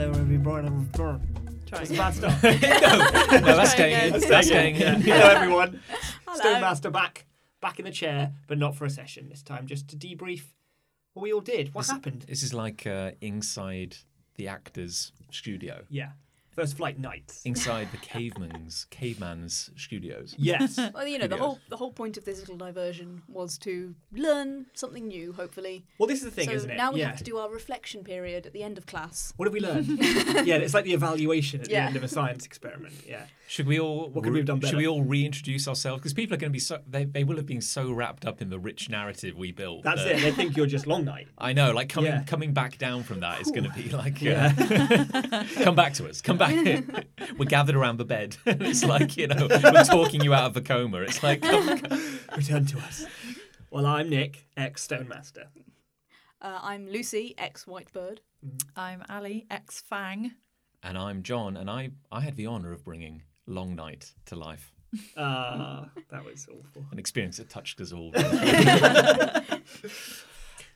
and I'm brr. Try It's again. bad stuff. no, no, that's Try again. staying in. That's Yeah. staying in. Hello, everyone. Hello. Stonemaster back, back in the chair, but not for a session this time, just to debrief what we all did, what This- happened. This is like uh, inside the actor's studio, Yeah, first flight nights. inside the caveman's caveman's studios. Yes. Well, you know, the Videos. whole the whole point of this little diversion was to learn something new, hopefully. Well, this is the thing, so isn't it? now we yeah. have to do our reflection period at the end of class. What have we learned? yeah, it's like the evaluation at Yeah. the end of a science experiment. Yeah. Should we all What could we have done should better? we all reintroduce ourselves because people are going to be so they, they will have been so wrapped up in the rich narrative we built. That's that- it. They think you're just long night. I know, like coming Yeah. coming back down from that is going to be like, uh, come back to us, come back. We're gathered around the bed. it's like you know, we're talking you out of a coma. It's like, come- Return to us. Well, I'm Nick, ex Stonemaster. Uh, I'm Lucy, ex Whitebird. I'm Ali, ex Fang. and I'm John, and I I had the honour of bringing Long Night to life, Ah, that was awful. an experience that touched us all.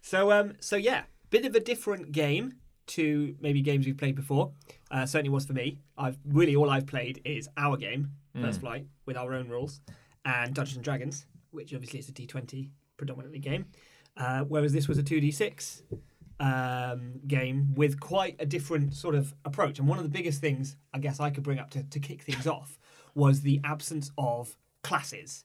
So um, so yeah, bit of a different game to maybe games we've played before. Uh, certainly was for me. I've really all I've played is our game, First Flight, with our own rules, and Dungeons and Dragons, which obviously is a D twenty predominantly game. Uh, whereas this was a two D six um, game with quite a different sort of approach. And one of the biggest things I guess I could bring up to, to kick things off was the absence of classes.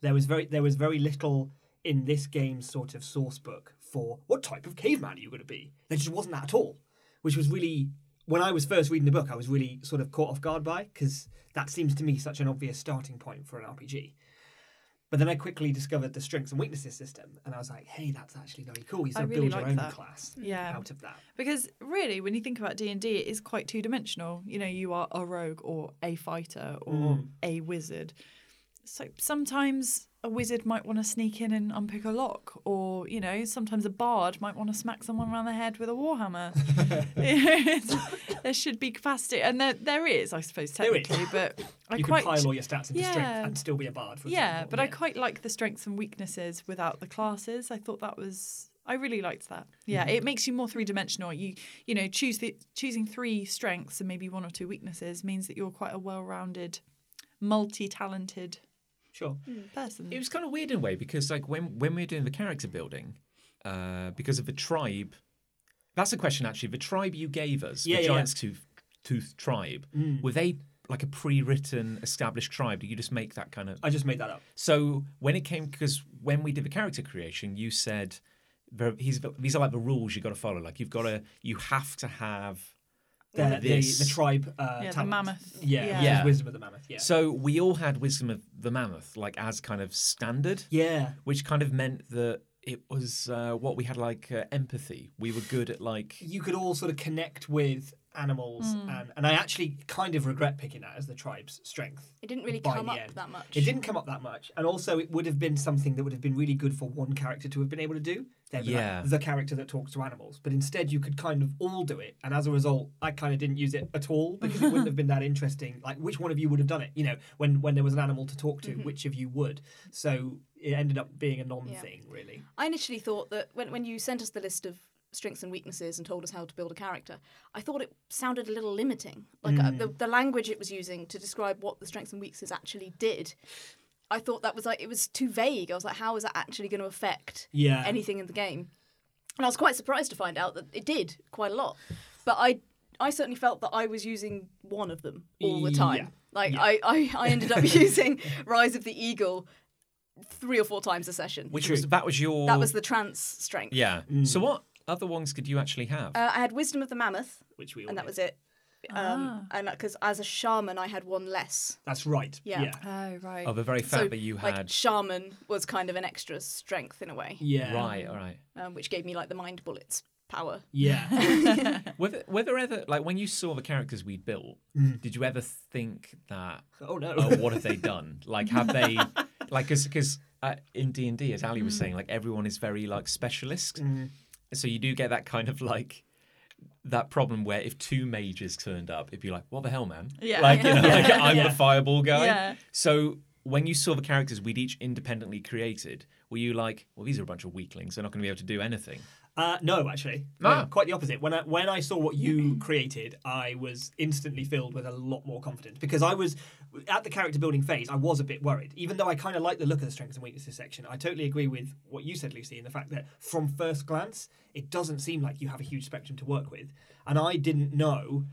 There was very there was very little in this game's sort of source book for what type of caveman are you going to be. There just wasn't that at all, which was really when I was first reading the book, I was really sort of caught off guard by because that seems to me such an obvious starting point for an RPG. But then I quickly discovered the strengths and weaknesses system, and I was like, "Hey, that's actually very cool. You I sort of really build your like own that. class Mm. Yeah. out of that." Because really, when you think about D and D, it is quite two dimensional. You know, you are a rogue or a fighter or Hmm. a wizard. So sometimes a wizard might want to sneak in and unpick a lock, or you know, sometimes a bard might want to smack someone around the head with a warhammer. there should be capacity, and there there is, I suppose, There is. technically. But I you quite can pile all your stats into strength yeah. and still be a bard. For yeah, example. but I quite like the strengths and weaknesses without the classes. I thought that was I really liked that. Yeah, it makes you more three dimensional. You you know choose the choosing three strengths and maybe one or two weaknesses means that you're quite a well rounded, multi talented sure. person. Mm. it was kind of weird in a way because like when when we were doing the character building uh because of the tribe that's a question actually the tribe you gave us Yeah, the yeah, Mm. giant's tooth tooth tribe were they like a pre-written established tribe did you just make that kind of I just made that up. so when it came because when we did the character creation you said there, he's, these are like the rules you got to follow like you've got to you have to have The, the, This. the tribe. Uh, yeah, the talent. mammoth. Yeah, yeah. Yeah. wisdom of the mammoth. Yeah. so we all had wisdom of the mammoth like as kind of standard yeah. which kind of meant that it was uh, what we had like uh, empathy. We were good at like you could all sort of connect with animals Mm. and and I actually kind of regret picking that as the tribe's strength. It didn't really by come the up end. that much. It didn't come up that much. And also it would have been something that would have been really good for one character to have been able to do. They'd be like, Yeah. the character that talks to animals. But instead you could kind of all do it. And as a result, I kind of didn't use it at all because it wouldn't have been that interesting. Like which one of you would have done it? You know, when when there was an animal to talk to, Mm-hmm. which of you would. So it ended up being a non thing really. I initially thought that when, when you sent us the list of strengths and weaknesses and told us how to build a character, I thought it sounded a little limiting. Like uh, Mm. the, the language it was using to describe what the strengths and weaknesses actually did. I thought that was like, it was too vague. I was like, how is that actually going to affect Yeah. anything in the game? And I was quite surprised to find out that it did quite a lot. But I, I certainly felt that I was using one of them all the time. Yeah. Like Yeah. I, I, I ended up using Rise of the Eagle three or four times a session. which was that was your That was the trance strength. yeah. So what other ones could you actually have? Uh, I had Wisdom of the Mammoth, Which we all and that did. was it. Um, And because as a shaman, I had one less. That's right. Yeah. Yeah. Oh right. oh, the very fact so, that you like, had shaman was kind of an extra strength in a way, Yeah. right, all right. um, which gave me like the mind bullets power. Yeah. Were there, were there ever like when you saw the characters we built? Did you ever think that oh no. oh, what have they done? Like, have they, like, because uh, in D and D, as Ali was saying, like everyone is very like specialist, so you do get that kind of like that problem where if two mages turned up, it'd be like, what the hell, man? Yeah. like, you know, Yeah. like I'm Yeah. the fireball guy. Yeah. So when you saw the characters we'd each independently created, were you like, well, these are a bunch of weaklings; they're not going to be able to do anything? Uh, no, actually, No, Ah. quite the opposite. When I when I saw what you created, I was instantly filled with a lot more confidence because I was at the character building phase. I was a bit worried, even though I kind of like the look of the strengths and weaknesses section. I totally agree with what you said, Lucy, in the fact that from first glance, it doesn't seem like you have a huge spectrum to work with, and I didn't know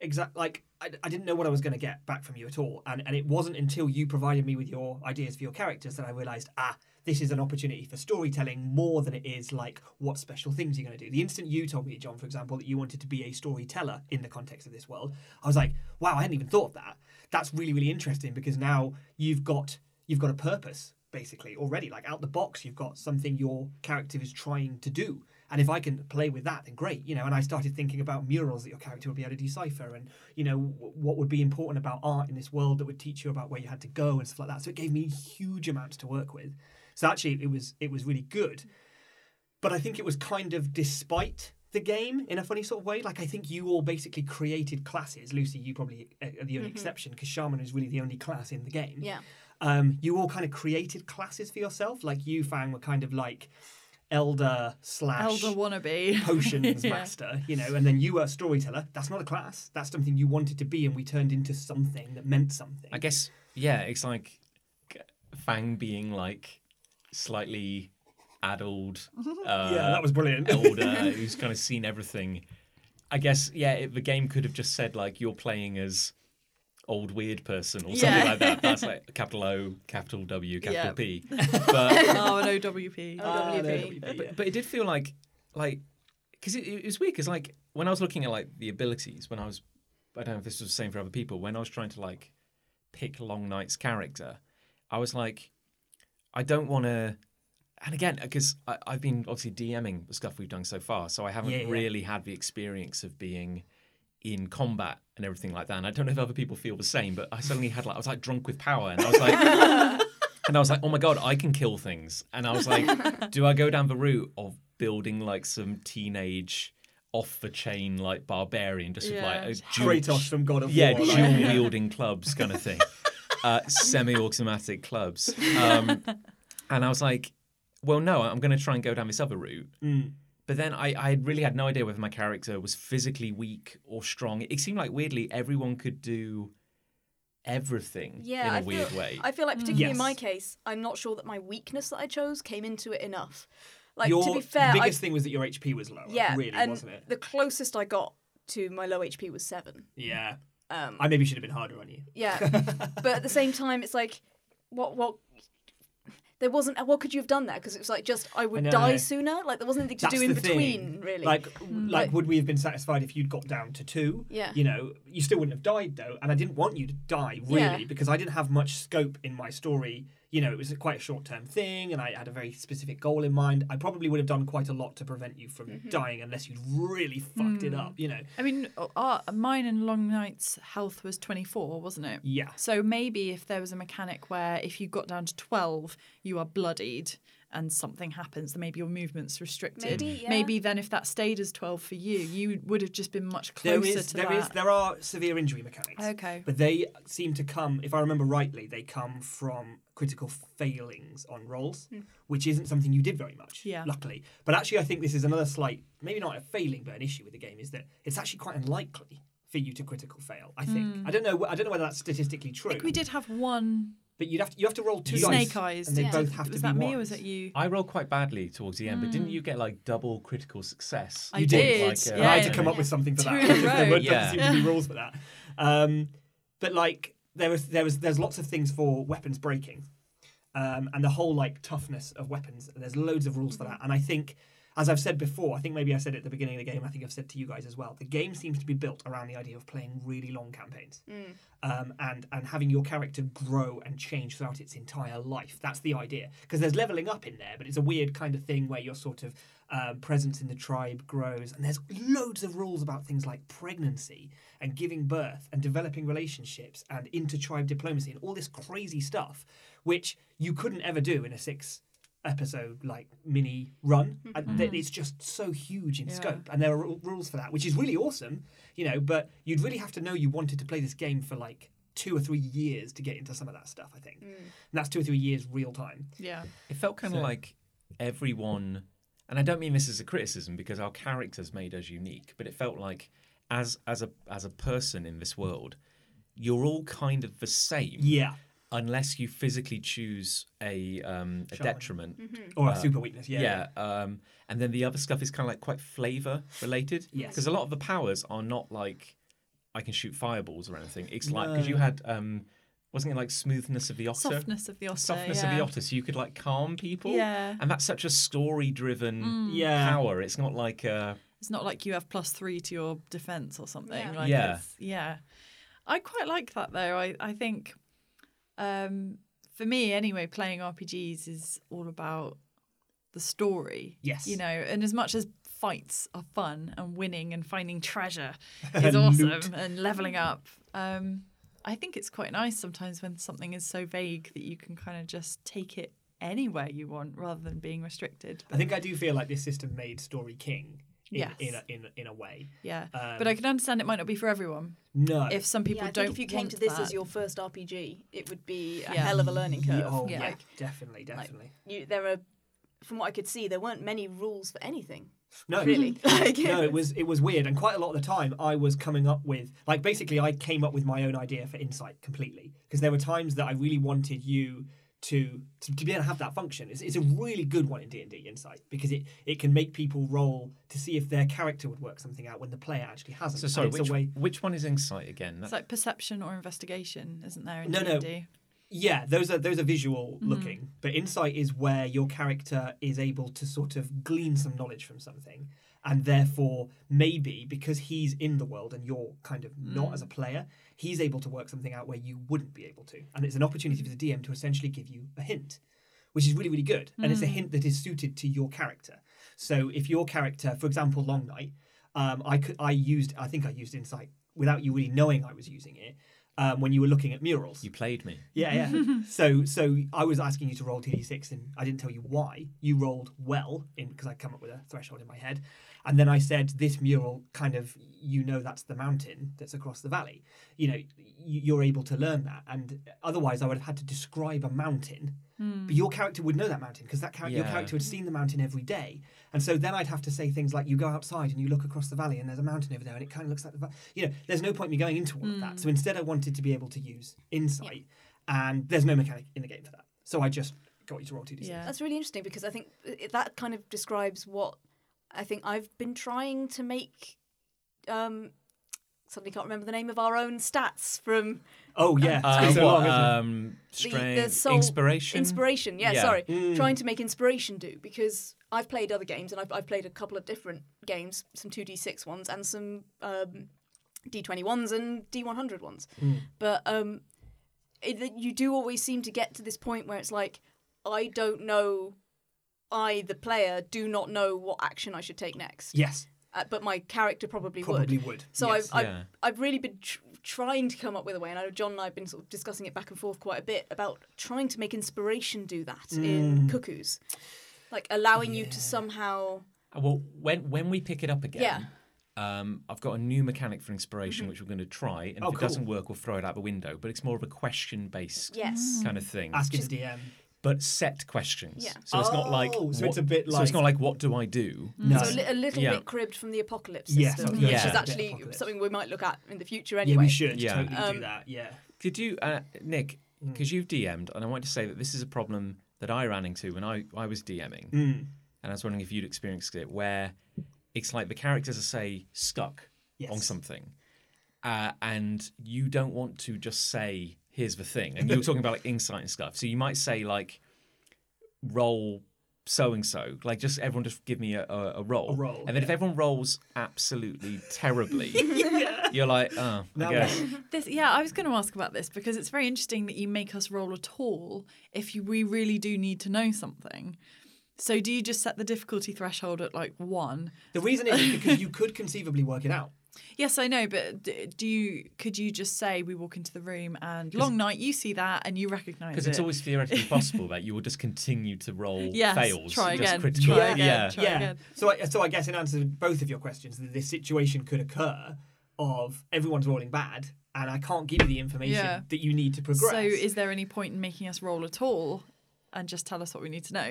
exact like I, I didn't know what I was going to get back from you at all, and and it wasn't until you provided me with your ideas for your characters that I realised ah this is an opportunity for storytelling more than it is like what special things you're going to do. The instant you told me, John, for example, that you wanted to be a storyteller in the context of this world, I was like, wow, I hadn't even thought of that. That's really really interesting because now you've got you've got a purpose basically already like out the box you've got something your character is trying to do and if i can play with that then great you know and i started thinking about murals that your character would be able to decipher and you know w- what would be important about art in this world that would teach you about where you had to go and stuff like that so it gave me huge amounts to work with so actually it was it was really good but i think it was kind of despite the game in a funny sort of way like i think you all basically created classes lucy you probably uh, are Mm-hmm. the only exception because shaman is really the only class in the Mm. game Yeah. um, you all kind of created classes for yourself. Like you, Fang, were kind of like elder slash Elder wannabe. potions Yeah. master, you know, and then you were a storyteller. That's not a class. That's something you wanted to be, and we turned into something that meant something. I guess, yeah, it's like Fang being like slightly addled. Uh, yeah, that was brilliant. older who's kind of seen everything. I guess, yeah, it, the game could have just said like you're playing as old weird person or something Yeah. like that. That's like capital O, capital W, capital Yeah. P. But, oh, an OWP. Ah, Oh, OWP. there we be, yeah. but but it did feel like like because it, it was weird because like when I was looking at like the abilities when I was I don't know if this was the same for other people when I was trying to like pick Long Knight's character I was like I don't want to. And again, because I've been obviously DMing the stuff we've done so far, so I haven't Yeah, yeah. really had the experience of being in combat and everything like that. And I don't know if other people feel the same, but I suddenly had like I was like drunk with power, and I was like, and I was like, oh my god, I can kill things. And I was like, do I go down the route of building like some teenage off the chain like barbarian, just with, Yeah. like a dual- Kratos from God of yeah, War. dual like- wielding clubs kind of thing, uh, semi-automatic clubs. Um, and I was like, well, no, I'm going to try and go down this other route. Mm. But then I, I really had no idea whether my character was physically weak or strong. It seemed like weirdly everyone could do everything Yeah, in a I weird feel, way. I feel like particularly in Yes. my case, I'm not sure that my weakness that I chose came into it enough. Like your to be fair, I, biggest thing was that your HP was lower. yeah, really, and wasn't it? the closest I got to my low HP was seven. Yeah, Um, I maybe should have been harder on you. yeah, but at the same time, it's like, what, what? There wasn't. What could you have done there? Because it was like just I would know. die sooner. Like there wasn't anything to That's do in the thing. between, really. Like, like, Like- would we have been satisfied if you'd got down to two? Yeah. You know, you still wouldn't have died though, and I didn't want you to die really Yeah. because I didn't have much scope in my story. You know, it was quite a short-term thing, and I had a very specific goal in mind. I probably would have done quite a lot to prevent you from Mm-hmm. dying unless you'd really fucked it Mm. up. You know. I mean, uh, our, mine and Long Night's health was 24, wasn't it? Yeah. So maybe if there was a mechanic where if you got down to 12, you are bloodied and something happens, then maybe your movement's restricted. Maybe, yeah. Maybe then if that stayed as 12 for you, you would have just been much closer There is, to there that. is, there are severe injury mechanics. Okay. But they seem to come, if I remember rightly, they come from critical failings on rolls, which isn't something you did very much, Hmm. Yeah. luckily. But actually, I think this is another slight, maybe not a failing, but an issue with the game is that it's actually quite unlikely for you to critical fail. I think I don't know. wh- I don't know whether that's statistically true. I think Hmm. we did have one But you'd have to you have to roll two snake dice, eyes. and they Yeah. both have was to that be me ones. or was it you? I rolled quite badly towards the end, but didn't you get like double critical success? Mm. I You did. Like, uh, And I had Yeah. to come up with something for Two that. in a because there row. weren't- doesn't Yeah. seem to be rules for that. Um, but like there was there was there's lots of things for weapons breaking, um, and the whole like toughness of weapons. There's loads of rules for that, and I think. As I've said before, I think maybe I said it at the beginning of the game. I think I've said to you guys as well. The game seems to be built around the idea of playing really long campaigns, um, and and having your character grow and change throughout its entire life. That's the idea. Because there's leveling up in there, but it's a weird kind of thing where your sort of um, presence in the tribe grows, and there's loads of rules about things like pregnancy and giving birth and developing relationships and inter-tribe diplomacy and all this crazy stuff, which you couldn't ever do in a six episode like mini run Mm-hmm. and th- it's just so huge in Mm-hmm. Yeah. scope and there are ru- rules for that which is really awesome you know but you'd really have to know you wanted to play this game for like two or three years to get into some of that stuff i Mm. Mm. think and that's two or three years real time Yeah. It felt kind So- of like everyone and I don't mean this as a criticism because our characters made us unique, but it felt like as as a as a person in this world, you're all kind of the same Yeah. unless you physically choose a um, a Shaman. detriment. Mm. Or a Uh, super weakness. Yeah. Yeah, um, and then the other stuff is kind of like quite flavor related. Yes. because a lot of the powers are not like I can shoot fireballs or anything. It's like because you No. had um, wasn't it like smoothness of the otter, Softness of the otter. softness yeah. of the otter, so you could like calm people. Yeah. and that's such a story-driven Mm. Yeah. power. It's not like uh, It's not like you have plus three to your defense or something. Yeah. Like Yeah. it's- yeah. I quite like that though. I, I think um, for me anyway, playing RPGs is all about the story. Yes. You know, and as much as fights are fun and winning and finding treasure is awesome and leveling up. Um, I think it's quite nice sometimes when something is so vague that you can kind of just take it anywhere you want rather than being restricted. I think I do feel like this system made story king. In, Yes. in, a, in, a- in a way. Yeah. Um, but I can understand it might not be for everyone. No. if some people yeah, I don't think if you came want to this that. as your first RPG, it would be a Yeah. hell of a learning Ye- curve. oh, yeah. yeah. Like, Definitely, definitely. you, there are, from what I could see, there weren't many rules for anything. no, Really, like, no, it was it was weird, and quite a lot of the time I was coming up with like basically I came up with my own idea for insight completely because there were times that I really wanted you to to, to be able to have that function. It's, it's a really good one in D and D insight because it it can make people roll to see if their character would work something out when the player actually hasn't. so And sorry. it's Which, a way, which one is insight again? It's like perception or investigation, isn't there? In No, no. D&D? yeah, those are those are visual looking, but insight is where your character is able to sort of glean some knowledge from something. And therefore, maybe because he's in the world and you're kind of not as a player, he's able to work something out where you wouldn't be able to. And it's an opportunity for the DM to essentially give you a hint, which is really, really good. And it's a hint that is suited to your character. So if your character, for example, Long Night, um, I could I used I think I used insight without you really knowing I was using it um, when you were looking at murals. you played me. Yeah, yeah. so, so I was asking you to roll TD6, and I didn't tell you why. You rolled well in because I come up with a threshold in my head, and then I said this mural kind of you know that's the mountain that's across the valley. You know, y- you're able to learn that, and otherwise I would have had to describe a mountain. But your character would know that mountain because that char- your Yeah. character had seen the mountain every day, and so then I'd have to say things like you go outside and you look across the valley and there's a mountain over there and it kind of looks like the va-. you know. There's no point in me going into all of that. So instead, I wanted to be able to use insight and there's no mechanic in the game for that. So I just got you to roll two d six. Yeah. That's really interesting because I think it, that kind of describes what I think I've been trying to make. Um, suddenly can't remember the name of our own stats from Oh yeah, Uh, it's been so what, long, isn't it? um, strength, soul- inspiration. inspiration. Yeah, Yeah. sorry, Mm. trying to make inspiration do because I've played other games and I've, I've played a couple of different games, some two d six ones and some um, d twenty ones and d one hundred ones. But um, it, that you do always seem to get to this point where it's like, I don't know. I, the player, do not know what action I should take next, Yes, uh, but my character probably, would. probably would. So yes. I've, I've, Yeah. I've really been tr- trying to come up with a way, and I know John and I have been sort of discussing it back and forth quite a bit about trying to make inspiration do that Mm. in cuckoos, like allowing you to somehow. Uh, Well, when when we pick it up again, Yeah. Mm-hmm. um, I've got a new mechanic for inspiration, which we're going to try. And Oh, if it cool. doesn't work, we'll throw it out the window. But it's more of a question based Yes. kind of thing. Mm. asking the DM. but set questions. Yeah. So it's not like Oh, so it's what- a bit so it's like- not like what do I do? No. Mm. So a, li- a little Yeah. bit cribbed from the apocalypse Yes, system, I was gonna which say is that. actually Apocalypse. something we might look at in the future Yeah, anyway. we should Yeah. totally do Um, that. Yeah. Did you, uh, Nick? Hmm. Because you've DM'd, and I want to say that this is a problem that I ran into when I I was DMing, Hmm. and I was wondering if you'd experienced it, where it's like the characters are say stuck Yes. on something, uh, and you don't want to just say here's the thing, and you're talking about like insight and stuff, so you might say like roll so and so, like just everyone just give me a, a, a roll, A roll, and then if everyone rolls absolutely terribly, you're like, oh, Now I guess. This, yeah, I was going to ask about this because it's very interesting that you make us roll at all if you, we really do need to know something. So do you just set the difficulty threshold at like one? The reason is because you could conceivably work it out. Yes, I know, but d- do you? Could you just say we walk into the room and long night? You see that and you recognise Because it's it. always theoretically possible that you will just continue to roll Yes, fails. try just again, critical- try again, yeah. try yeah. again. So, I, so I guess in answer to both of your questions, that this situation could occur of everyone's rolling bad, and I can't give you the information Yeah. that you need to progress. So is there any point in making us roll at all? and just tell us what we need to know.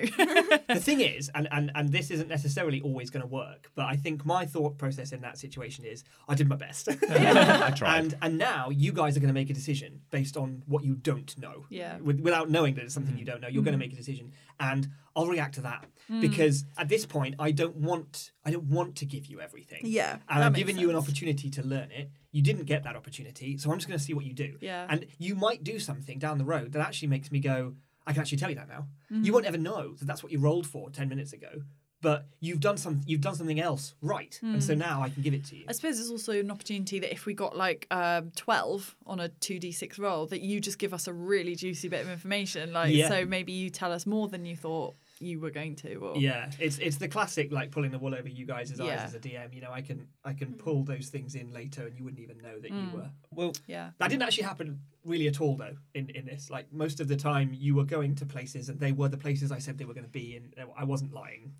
the thing is, and, and, and this isn't necessarily always going to work, but I think my thought process in that situation is I did my best. I tried. and and now you guys are going to make a decision based on what you don't know. Yeah. With, without knowing that it's something Mm. you don't know, you're going to make a decision, and I'll react to that because at this point I don't want I don't want to give you everything. Yeah, And that I'm makes giving you an sense. opportunity to learn it. You didn't get that opportunity, so I'm just going to see what you do. Yeah. And you might do something down the road that actually makes me go, I can actually tell you that now. Mm-hmm. You won't ever know that that's what you rolled for ten minutes ago, but you've done some you've done something else right, and Hmm. so now I can give it to you. I suppose it's also an opportunity that if we got like um, 12 on a 2d6 roll, that you just give us a really juicy bit of information. Like, Yeah. so maybe you tell us more than you thought you were going to. Or, Yeah, it's it's the classic like pulling the wool over you guys' eyes Yeah. Hmm. as a DM. You know, I can I can pull those things in later, and you wouldn't even know that you were. Well, Yeah. That didn't actually happen really at all though. In in this, like most of the time, you were going to places, and they were the places I said they were going to be, and uh, I wasn't lying.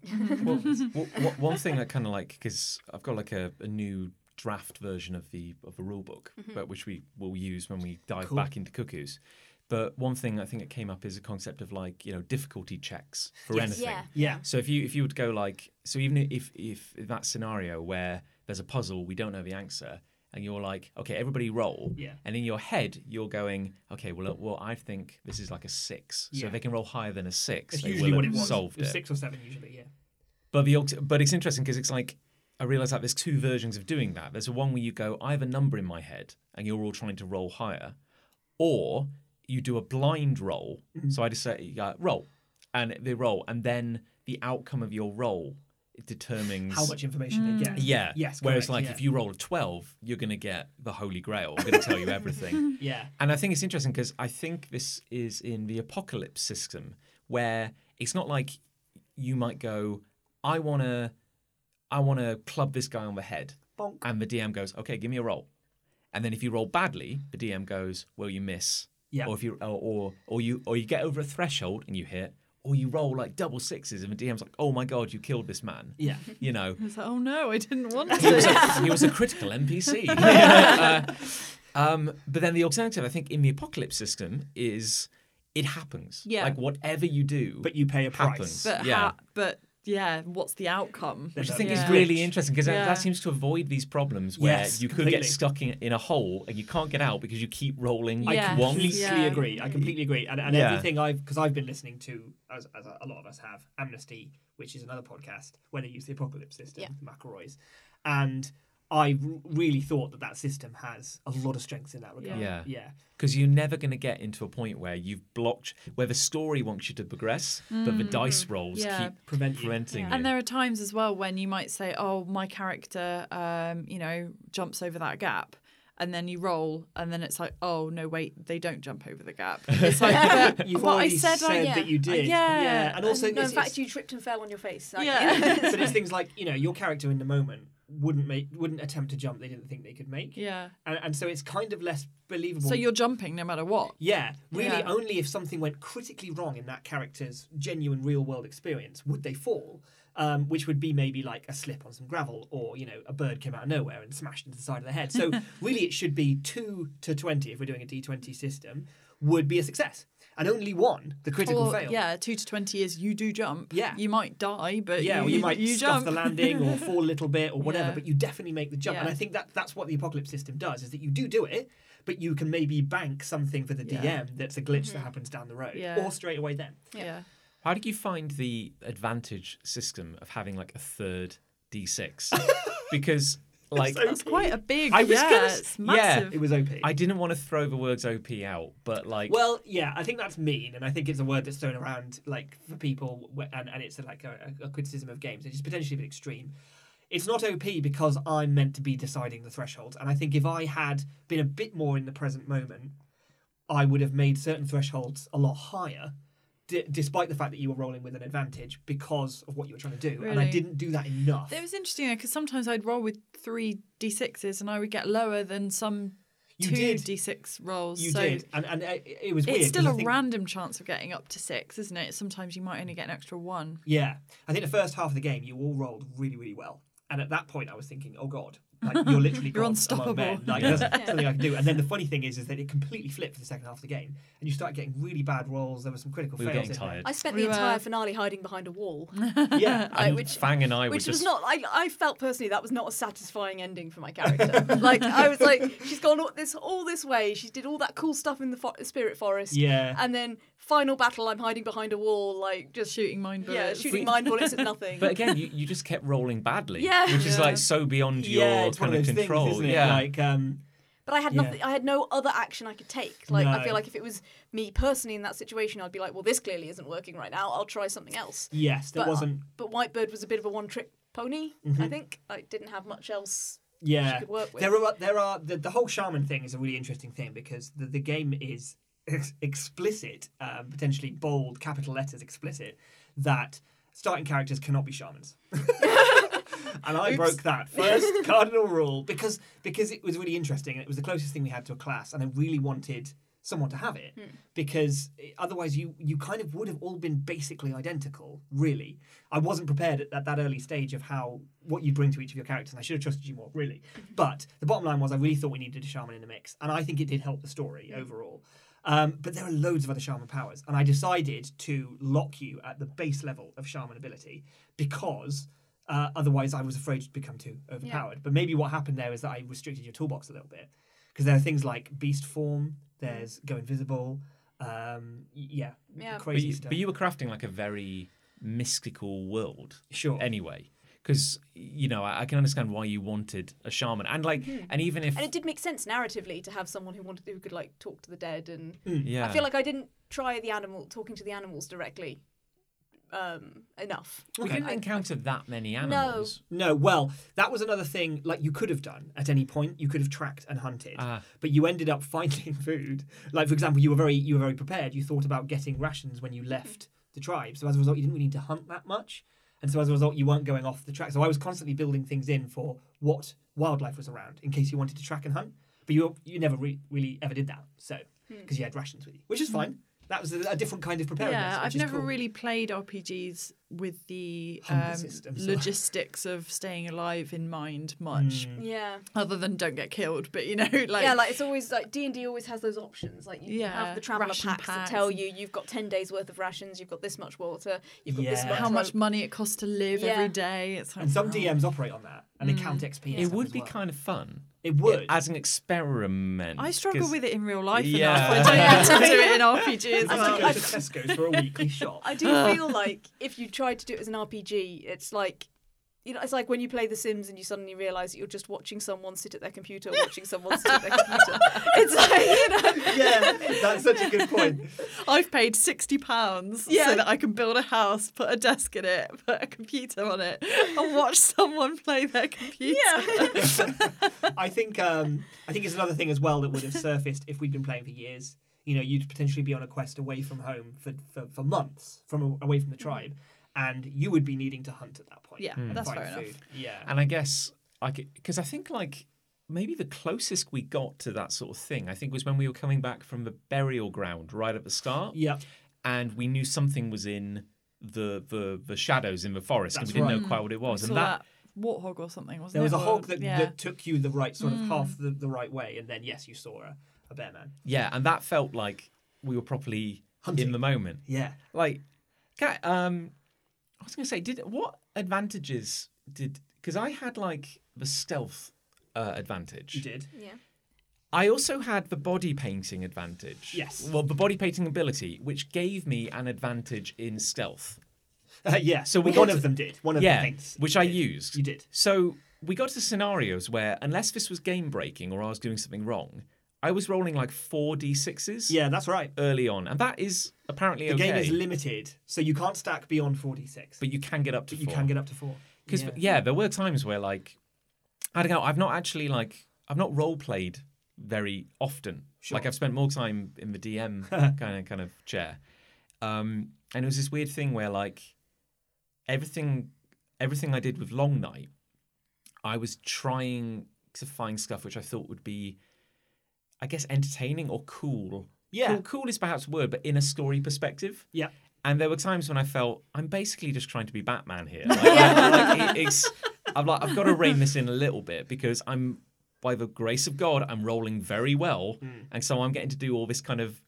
well, w- w- one thing I kind of like because I've got like a, a new draft version of the of the rule book, Mm-hmm. but which we will use when we dive Cool. back into cuckoos. But one thing I think that came up is a concept of like you know difficulty checks for Yes. anything. Yeah. Yeah, So if you if you would go like so even if if in that scenario where there's a puzzle we don't know the answer and you're like okay everybody roll Yeah. and in your head you're going okay well uh, well I think this is like a six so Yeah. if they can roll higher than a six it's they usually will what it have was. solved It was it. Six or seven usually. Yeah. But the oct- but it's interesting because it's like I realize that there's two versions of doing that. There's one where you go, I have a number in my head, and you're all trying to roll higher, or you do a blind roll. Mm-hmm. So I just say uh, roll, and they roll, and then the outcome of your roll it determines How much information they get? Yeah. Yes. Whereas, like, correct, if you roll a twelve, you're gonna get the holy grail. I'm gonna tell you everything. yeah. yeah. And I think it's interesting because I think this is in the apocalypse system where it's not like you might go, I wanna I wanna club this guy on the head. Bonk. And the DM goes, Okay, give me a roll. And then if you roll badly, the DM goes, Well you miss. Yeah. Or if you or, or or you or you get over a threshold and you hit, or you roll like double sixes and the DM's like, Oh my god, you killed this man. Yeah. You know. It's like, oh no, I didn't want He to. was a, he was a critical NPC. Uh, um, but then the alternative, I think, in the apocalypse system is it happens. Yeah. Like whatever you do, But you pay a price. happens. but, yeah. ha- but yeah, what's the outcome? Which which I think Yeah. is really interesting because Yeah. that, that seems to avoid these problems where Yes, you could get completely. stuck in, in a hole and you can't get out because you keep rolling I Yeah. once. completely Yeah. agree. I completely agree. And, and Yeah. everything I've, because I've been listening to, as, as a lot of us have, Amnesty, which is another podcast where they use the apocalypse system, Yeah. McElroy's. And I r- really thought that that system has a lot of strengths in that regard. Yeah. Yeah. because you're never going to get into a point where you've blocked where the story wants you to progress, but the dice rolls Mm. Yeah. keep Prevent you. preventing Yeah. you. And there are times as well when you might say, "Oh, my character, um, you know, jumps over that gap," and then you roll, and then it's like, "Oh no, wait, they don't jump over the gap." It's like, but, You've but I already said, I, yeah. that you did. yeah. And also, no, in it's, fact, it's- you tripped and fell on your face. Like, Yeah. but it's things like, you know, your character in the moment wouldn't make wouldn't attempt to jump they didn't think they could make yeah. and, and so it's kind of less believable So you're jumping no matter what. Yeah, really, Yeah. only if something went critically wrong in that character's genuine real world experience would they fall, um, which would be maybe like a slip on some gravel or, you know, a bird came out of nowhere and smashed into the side of their head. So, really, it should be 2 to 20, if we're doing a d20 system, would be a success. And only one, the critical Or, fail. Yeah, two to twenty is you do jump. Yeah. you might die, but Yeah, Uh, you, or you might you scuff jump. the landing or fall a little bit or whatever, Yeah. but you definitely make the jump. And Yeah. I think that that's what the apocalypse system does: is that you do do it, but you can maybe bank something for the Yeah. Mm-hmm. DM that's a glitch that happens down the road Yeah. or straight away then. yeah. How did you find the advantage system of having like a third D6? because like that's quite a big. I was yeah, gonna s- it's yeah. massive. It was OP. I didn't want to throw the words OP out, but like well, yeah, I think that's mean, and I think it's a word that's thrown around like for people, wh- and, and it's like a, a criticism of games. It's potentially a bit extreme. It's not OP because I'm meant to be deciding the thresholds, and I think if I had been a bit more in the present moment, I would have made certain thresholds a lot higher. D- despite the fact that you were rolling with an advantage because of what you were trying to do, and I Really? didn't do that enough. It was interesting because sometimes I'd roll with three d6s and I would get lower than some You two did. d6 rolls. you so did, and and it, it was weird. it's 'cause still I a think- random chance of getting up to six, isn't it? Sometimes you might only get an extra one. Yeah. I think the first half of the game, you all rolled really, really well. And at that point, I was thinking, oh God, Like you're literally You're gods among unstoppable. men. Like there's something I can do. And then the funny thing is, is that it completely flipped for the second half of the game, and you start getting really bad rolls. There were some critical We were fails. getting tired. I spent We the were- entire finale hiding behind a wall, in there. Yeah, I- And which- mm, Fang and I were which was just not. I, I felt personally that was not a satisfying ending for my character. like I was like, she's gone all this all this way. She did all that cool stuff in the fo- spirit forest, yeah. and then final battle. I'm hiding behind a wall, like just Shooting mind yeah, bullets. shooting mind bullets at nothing. But again, you, you just kept rolling badly, Yeah. which is Yeah. like so beyond yeah, your it's one kind of of those control. things, isn't it? yeah, Like, um, But I had Yeah. nothing. I had no other action I could take. Like I No. feel like if it was me personally in that situation, I'd be like, well, this clearly isn't working right now. I'll try something else. yes, there But- wasn't. Mm-hmm. But Whitebird was a bit of a one-trick pony. I think I didn't have much else Yeah, she could work with. There are there are the, the whole shaman thing is a really interesting thing because the, the game is ex- explicit, um, potentially bold capital letters explicit that starting characters cannot be shamans. and I Oops. broke that first cardinal rule because because it was really interesting and it was the closest thing we had to a class and I really wanted someone to have it because i- otherwise you you kind of would have all been basically identical really I wasn't prepared at, at that early stage of how what you bring to each of your characters and I should have trusted you more really but the bottom line was I really thought we needed a shaman in the mix and I think it did help the story overall um, but there are loads of other shaman powers and I decided to lock you at the base level of shaman ability because uh, otherwise, I was afraid you'd become too overpowered. But maybe what happened there is that I restricted your toolbox a little bit because there are things like beast form, there's go invisible, um, y- yeah, Yeah. but crazy you, stuff. but you were crafting like a very mystical world. sure, anyway because you know I, I can understand why you wanted a shaman and like and even if Hmm. and it did make sense narratively to have someone who wanted who could like talk to the dead and Hmm. yeah I feel like I didn't try the animal talking to the animals directly um, enough. we Okay. didn't I- encounter that many animals no, well, that was another thing. Like you could have done at any point, you could have tracked and hunted, Ah. but you ended up finding food. Like for example, you were very you were very prepared. You thought about getting rations when you left the tribe, so as a result, you didn't really need to hunt that much. And so as a result, you weren't going off the track. So I was constantly building things in for what wildlife was around in case you wanted to track and hunt. But you you never re- really ever did that, so Hmm. because you had rations with you, which is fine. That was a, a different kind of preparedness. Yeah, which I've is never cool. really played RPGs with the Hunger um, systems or- logistics of staying alive in mind much, Hmm. Yeah. other than don't get killed. But you know, like yeah, like it's always like D and D always has those options. Like you Yeah, have the traveler packs, ration that packs tell and- you you've got ten days worth of rations, you've got this much water, you've got this Yeah. much. how much rope. money it costs to live Yeah. every day. It's like, And some wow. DMs operate on that, and they Hmm. count XP. and it stuff would as be well. kind of fun It would. as an experiment I struggle 'cause- with it in real life Yeah. enough. I don't get to do it in Has RPGs. well. to go to Tesco's for a weekly shop. I do feel like if you tried to do it as an RPG, it's like. You know, it's like when you play The Sims and you suddenly realise that you're just watching someone sit at their computer, watching someone sit at their computer. It's like, you know, yeah, that's such a good point. I've paid sixty pounds Yeah. so that I can build a house, put a desk in it, put a computer on it, and watch someone play their computer. yeah. I think um, I think it's another thing as well that would have surfaced if we'd been playing for years. You know, you'd potentially be on a quest away from home for for, for months, from away from the tribe, and you would be needing to hunt at that point. Mm-hmm. Yeah, and that's find fair enough. food. Yeah, Hmm. and I guess I because I think like maybe the closest we got to that sort of thing I think was when we were coming back from the burial ground right at the start yeah, and we knew something was in the the, the shadows in the forest and That's we didn't right. know quite what it was So and that Mm, that, warthog or something wasn't there was it? a Or- hog that, yeah. Hmm. that took you the right sort of half the, the right way, and then yes, you saw a, a bear man. Yeah, and that felt like we were properly Hunting. in the moment. Yeah, Like, ca- um, I was going to say, did what advantages did? Because I had like the stealth uh, you advantage. did. yeah. I also had the body painting advantage. Yes. Well, the body painting ability, which gave me an advantage in stealth. Uh, yeah, so So we one got- of them did. One of yeah, the things, which I used. You did. So we got to scenarios where, unless this was game breaking or I was doing something wrong, I was rolling like four d6s. Yeah, that's right. early on, and that is apparently The okay. game is limited, so you can't stack beyond 46. but you can get up to But you can get up to four. because yeah. there were times where like I don't know, I've not actually like I've not role played very often. Sure. Like I've spent more time in the DM kind of kind of chair, um, and it was this weird thing where like everything everything I did with Long Night, I was trying to find stuff which I thought would be. I guess entertaining or cool. Yeah. Cool, cool is perhaps a word, but in a story perspective. Yeah. And there were times when I felt I'm basically just trying to be Batman here. Like, I- like, it- it's I'm like, I've got to rein this in a little bit because I'm, by the grace of God, I'm rolling very well, and so I'm getting to do all this kind of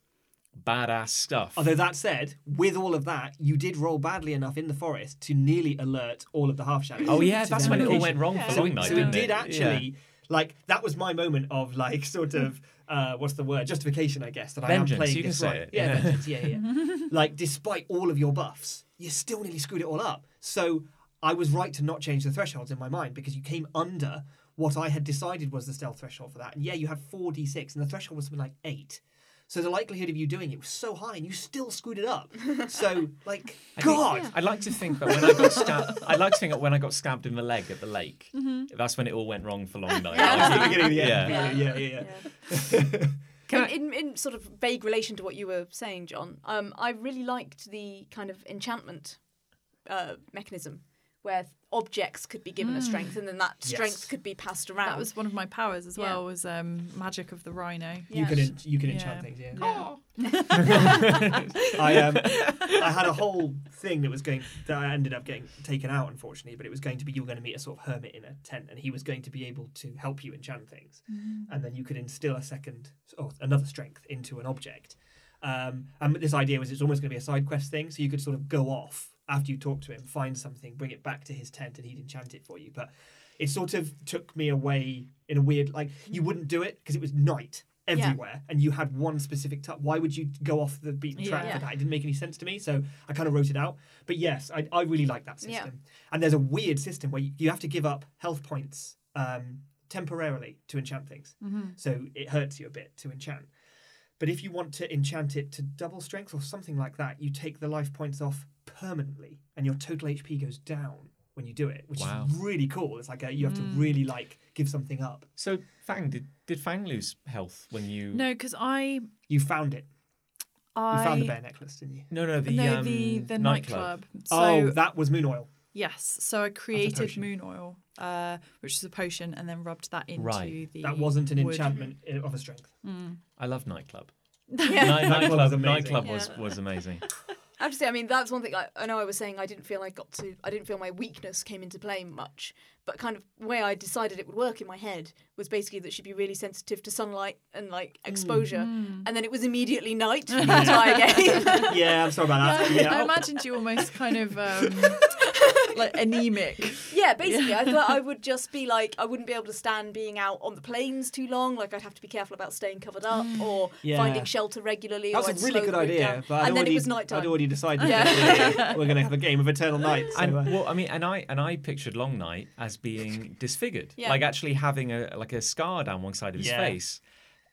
badass stuff. Although that said, with all of that, you did roll badly enough in the forest to nearly alert all of the half shadows. oh yeah, to that's their when it all location. went wrong Yeah. for So, Long Night. so didn't it did actually, Yeah. like, that was my moment of, like, sort of, uh, what's the word? Justification, I guess, that I Vengeance, am playing you can this say right. it. Yeah, Yeah. vengeance, yeah, yeah. like, despite all of your buffs, you still nearly screwed it all up. So I was right to not change the thresholds in my mind because you came under what I had decided was the stealth threshold for that. And yeah, you had 4d6, and the threshold was something like 8. So the likelihood of you doing it was so high, and you still screwed it up. So, like, I think- God, I'd like to think that when I got stabbed, I'd like to think that when I got stabbed in the leg at the lake, that's when it all went wrong for Long Night. That's Like, the beginning of the end. Yeah. Yeah, yeah, yeah. yeah. in, in, in sort of vague relation to what you were saying, John, um, I really liked the kind of enchantment uh, mechanism where objects could be given a strength and then that strength Mm. Yes. could be passed around. That was one of my powers as Yeah. well. Was um, magic of the rhino. You Yeah. can en- you can enchant Yeah. things. Yeah. Mm. Oh. I um I had a whole thing that was going that I ended up getting taken out unfortunately, but it was going to be you were going to meet a sort of hermit in a tent, and he was going to be able to help you enchant things, and then you could instill a second or another strength into an object. Um, and this idea was it's almost going to be a side quest thing, so you could sort of go off after you talk to him, find something, bring it back to his tent, and he'd enchant it for you. But it sort of took me away in a weird like you wouldn't do it because it was night everywhere and you had one specific time why would you go off the beaten track Yeah. for that it didn't make any sense to me so i kind of wrote it out but yes i, I really like that system Yeah. and there's a weird system where you, you have to give up health points um, temporarily to enchant things Mm-hmm. so it hurts you a bit to enchant but if you want to enchant it to double strength or something like that, you take the life points off permanently, and your total HP goes down when you do it, which Wow. is really cool. It's like a, you have to Mm. really like give something up. So Fang did did Fang lose health when you? No, because I You found it. You I found the bear necklace, didn't you? no, no, the no um, the the nightclub. nightclub. So oh, that was moon oil. yes, so I created potion. moon oil, uh, which is a potion, and then rubbed that into Right. the. That wasn't an wood. enchantment uh, of a strength. I love nightclub. Yeah. Night- Nightclub was nightclub, amazing. nightclub Yeah. was was amazing. I have to say, I mean, that's one thing. I, I know I was saying I didn't feel I got to, I didn't feel my weakness came into play much, but kind of way I decided it would work in my head was basically that she'd be really sensitive to sunlight and like exposure, Mm. Mm. and then it was immediately night for the entire game. yeah, I'm sorry about that. I Yeah. imagined you almost kind of um, like anemic. yeah, basically, I thought I would just be like, I wouldn't be able to stand being out on the plains too long. Like, I'd have to be careful about staying covered up or Yeah. finding shelter regularly. That or was I'd a really slow good the group idea, down. but I'd and then already, it was nighttime. I'd already decided Yeah. that we- we're going to have a game of Eternal Night. So, And uh, well, I mean, and I and I pictured Long Night as being disfigured, Yeah. like actually having a like a scar down one side of his Yeah. face.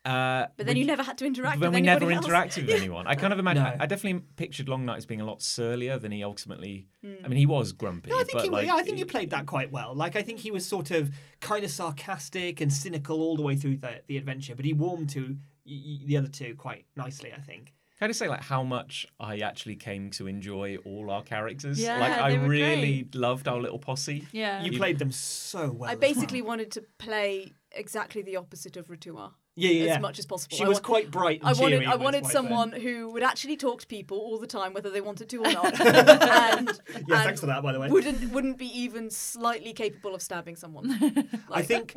Uh, but then we- you never had to interact when with we never anybody else. interacted with anyone. I kind of imagine. No. I, I definitely pictured Long Night as being a lot surlier than he ultimately. I mean, he was grumpy, No, I think but he, like, yeah, I think he- you played that quite well. Like I think he was sort of kind of sarcastic and cynical all the way through the, the adventure, but he warmed to y- y- the other two quite nicely. I think. Can I just say like how much I actually came to enjoy all our characters? Yeah, like I they were really loved our little posse. Yeah. You You- played them so well. I as basically well. wanted to play exactly the opposite of Rutua yeah, yeah, yeah. as much as possible. She I was wa- quite bright. And I wanted, cheery I was wanted White someone Fern. who would actually talk to people all the time, whether they wanted to or not, and, Yeah, and thanks for that, by the way. wouldn't wouldn't be even slightly capable of stabbing someone. I Like- think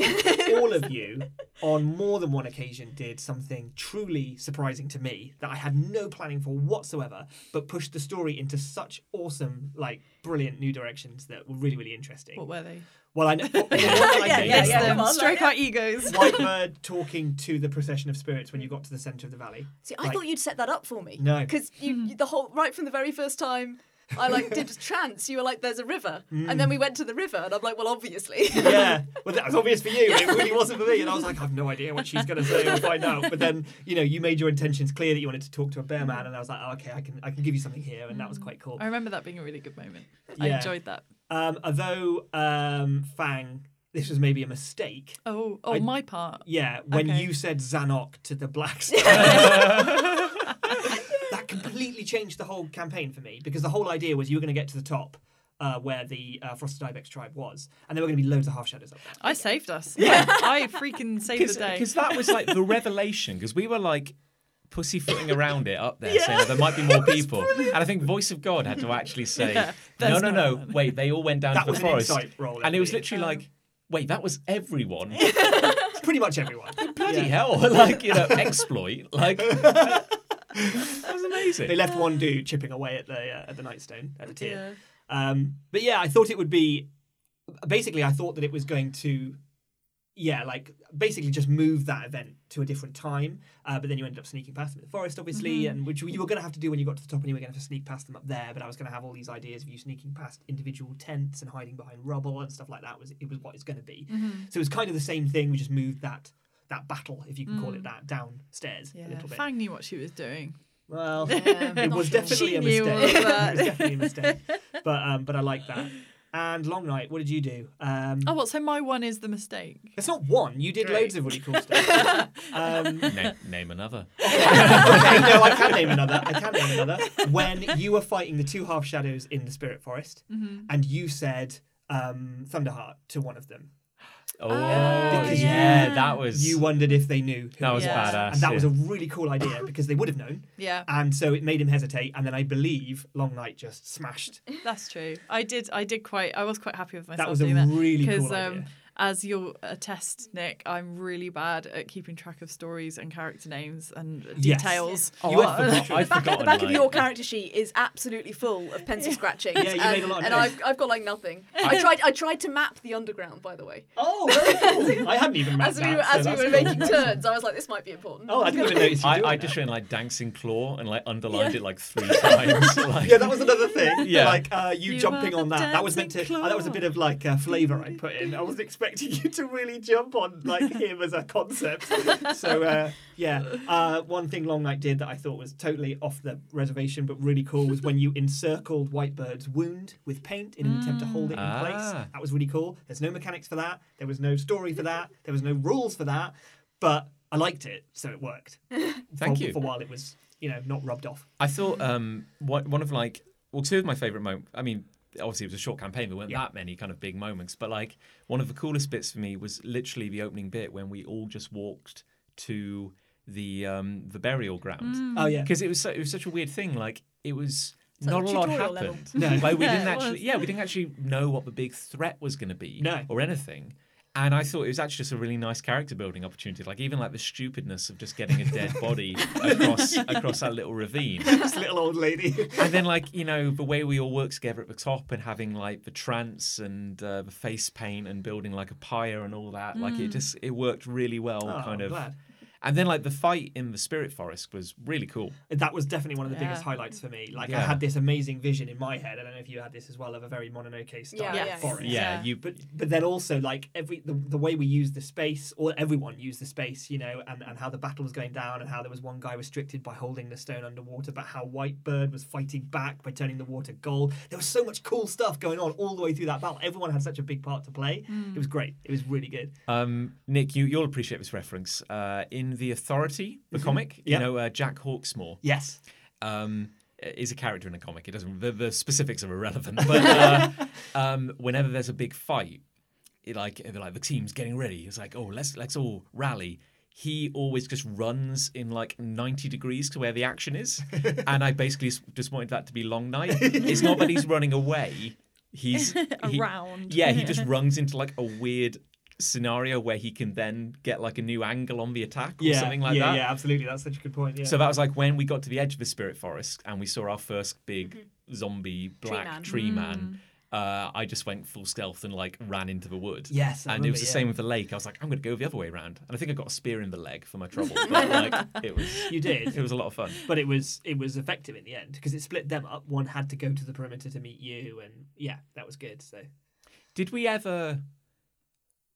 all of you, on more than one occasion, did something truly surprising to me that I had no planning for whatsoever, but pushed the story into such awesome, like, brilliant new directions that were really, really interesting. What were they? Well, I know. Yeah, yeah, It's yeah, them. come on, Stroke like- our egos. White bird talking to the procession of spirits when you got to the centre of the valley. See, I Like- thought you'd set that up for me. No. because you, you- the whole right from the very first time. I like did trance. You were like, "There's a river," Hmm. and then we went to the river, and I'm like, "Well, obviously." Yeah, well, that was obvious for you, but it really wasn't for me. And I was like, I have no idea what she's going to say. We'll find out. But then, you know, you made your intentions clear that you wanted to talk to a bear man, and I was like, oh, okay, I can, I can give you something here, and that was quite cool. I remember that being a really good moment. Mm. I Yeah. enjoyed that. Um, although um, Fang, this was maybe a mistake. Oh, oh, I- my part. Yeah, when Okay. you said Zanok to the black star. that completely changed the whole campaign for me because the whole idea was you were going to get to the top uh, where the uh, Frosted Ibex tribe was, and there were going to be loads of half shadows up there. I saved us. Yeah, I freaking saved the day. Because that was like the revelation. Because we were like pussyfooting around it up there, saying oh, there might be more people. And I think Voice of God had to actually say, Yeah, no, there's no, no no, wait, they all went down That to was the an forest. insight role. And it was actually. literally like, wait, that was everyone. It's pretty much everyone. Bloody Yeah. hell. Like, you know, exploit. Like, that was They amazing. left one dude chipping away at the uh, at the nightstone at the tier. Um, but yeah, I thought it would be basically I thought that it was going to yeah, like basically just move that event to a different time. Uh, but then you ended up sneaking past them in the forest, obviously, and which you were going to have to do when you got to the top, and you were going to have to sneak past them up there. But I was going to have all these ideas of you sneaking past individual tents and hiding behind rubble and stuff like that. Was it was what it's going to be? So it was kind of the same thing. We just moved that that battle, if you can call it that, downstairs Yeah. a little bit. Fang knew what she was doing. well, Yeah, it not was sure. definitely She a knew mistake. all that. it was definitely a mistake. But um, but I like that. And long night. What did you do? Um, Oh, well, so my one is the mistake. it's not one. You did Great. loads of really cool stuff. um, okay, Name, name another. no, I can name another. I can name another. When you were fighting the two half shadows in the spirit forest, Mm-hmm. and you said um, Thunderheart to one of them, Oh, yeah. Because you- that was. you wondered if they knew. Who That it was Yeah. badass. And that was yeah. a really cool idea because they would have known, Yeah, and so it made him hesitate. And then I believe Long Night just smashed. that's true. I did. I did quite. I was quite happy with myself That was a doing that. really because cool idea. um, as you'll attest, Nick, I'm really bad at keeping track of stories and character names and Yes. details. Oh, you I had forgot- forgotten. I'd The back, the forgotten, back of like- your character sheet is absolutely full of pencil scratching. Yeah, you and, made a lot of and notes. I've, I've got like nothing. I tried I tried to map the underground, by the way. Oh, very cool. I hadn't even mapped As we that, were, so as we that's were cool. making turns, I was like, this might be important. Oh, I didn't even notice you I, doing I that. just went like dancing claw and like underlined Yeah. it like three times. Like, Yeah, that was another thing. Yeah. like uh, you, You jumping are on the that. That was meant to. dancing uh, that was a bit of like uh, flavour I put in. I wasn't expecting you to really jump on like him as a concept. So uh, yeah, uh, one thing Long Night did that I thought was totally off the reservation but really cool was when you encircled Whitebird's wound with paint in an attempt to hold it in place. Ah. That was really cool. There's no mechanics for that. There was no story for that. There was no rules for that. But I liked it, so it worked. Thank for, you. For a while, it was you know not rubbed off. I Mm. thought um, what, one of like well, two of my favorite moments. I mean, obviously it was a short campaign. There weren't Yeah. that many kind of big moments, but like one of the coolest bits for me was literally the opening bit when we all just walked to the um, the burial ground Oh yeah. because it was so, it was such a weird thing. Like it Mm. was. It's like Not a a lot tutorial happened. level. No. Like, we Yeah, didn't it actually. was. Yeah, we didn't actually know what the big threat was going to be. No. or anything. And I thought it was actually just a really nice character building opportunity. Like even like the stupidness of just getting a dead body across across that little ravine this little old lady. and then like you know the way we all work together at the top and having like the trance and uh, the face paint and building like a pyre and all that like it just it worked really well Oh, kind I'm of glad. and then like the fight in the spirit forest was really cool That was definitely one of the Yeah. biggest highlights for me. Like I Yeah. had this amazing vision in my head. I don't know if you had this as well of a very Mononoke style Yeah, yeah, yeah. forest. yeah, Yeah. you But but then also like every the, the way we used the space or everyone used the space, you know, and, and how the battle was going down and how there was one guy restricted by holding the stone underwater, but how Whitebird was fighting back by turning the water gold. There was so much cool stuff going on all the way through that battle. Everyone had such a big part to play. Hmm. It was great. It was really good. um nick you you'll appreciate this reference uh in the authority the comic Mm-hmm. Yeah. you know uh, jack hawksmore Yes. um, is a character in a comic. It doesn't. The, the specifics are irrelevant. But uh, um, whenever there's a big fight, it like they're like the team's getting ready. It's like oh let's let's all rally. He always just runs in like 90 degrees to where the action is, and I basically s- just wanted that to be long night. It's not that he's running away. He's he- Around. yeah, he just runs into like a weird scenario where he can then get like a new angle on the attack or yeah. something like yeah, that. Yeah, absolutely. That's such a good point. Yeah. So that was like when we got to the edge of the spirit forest and we saw our first big zombie black Mm-hmm. tree man. man. Mm. Uh, I just went full stealth and like ran into the wood. Yes, I and it remember, was the yeah. same with the lake. I was like, I'm going to go the other way around, and I think I got a spear in the leg for my trouble. But like, it was you did. it was a lot of fun. but it was it was effective in the end because it split them up. One had to go to the perimeter to meet you, and yeah, that was good. So Did we ever?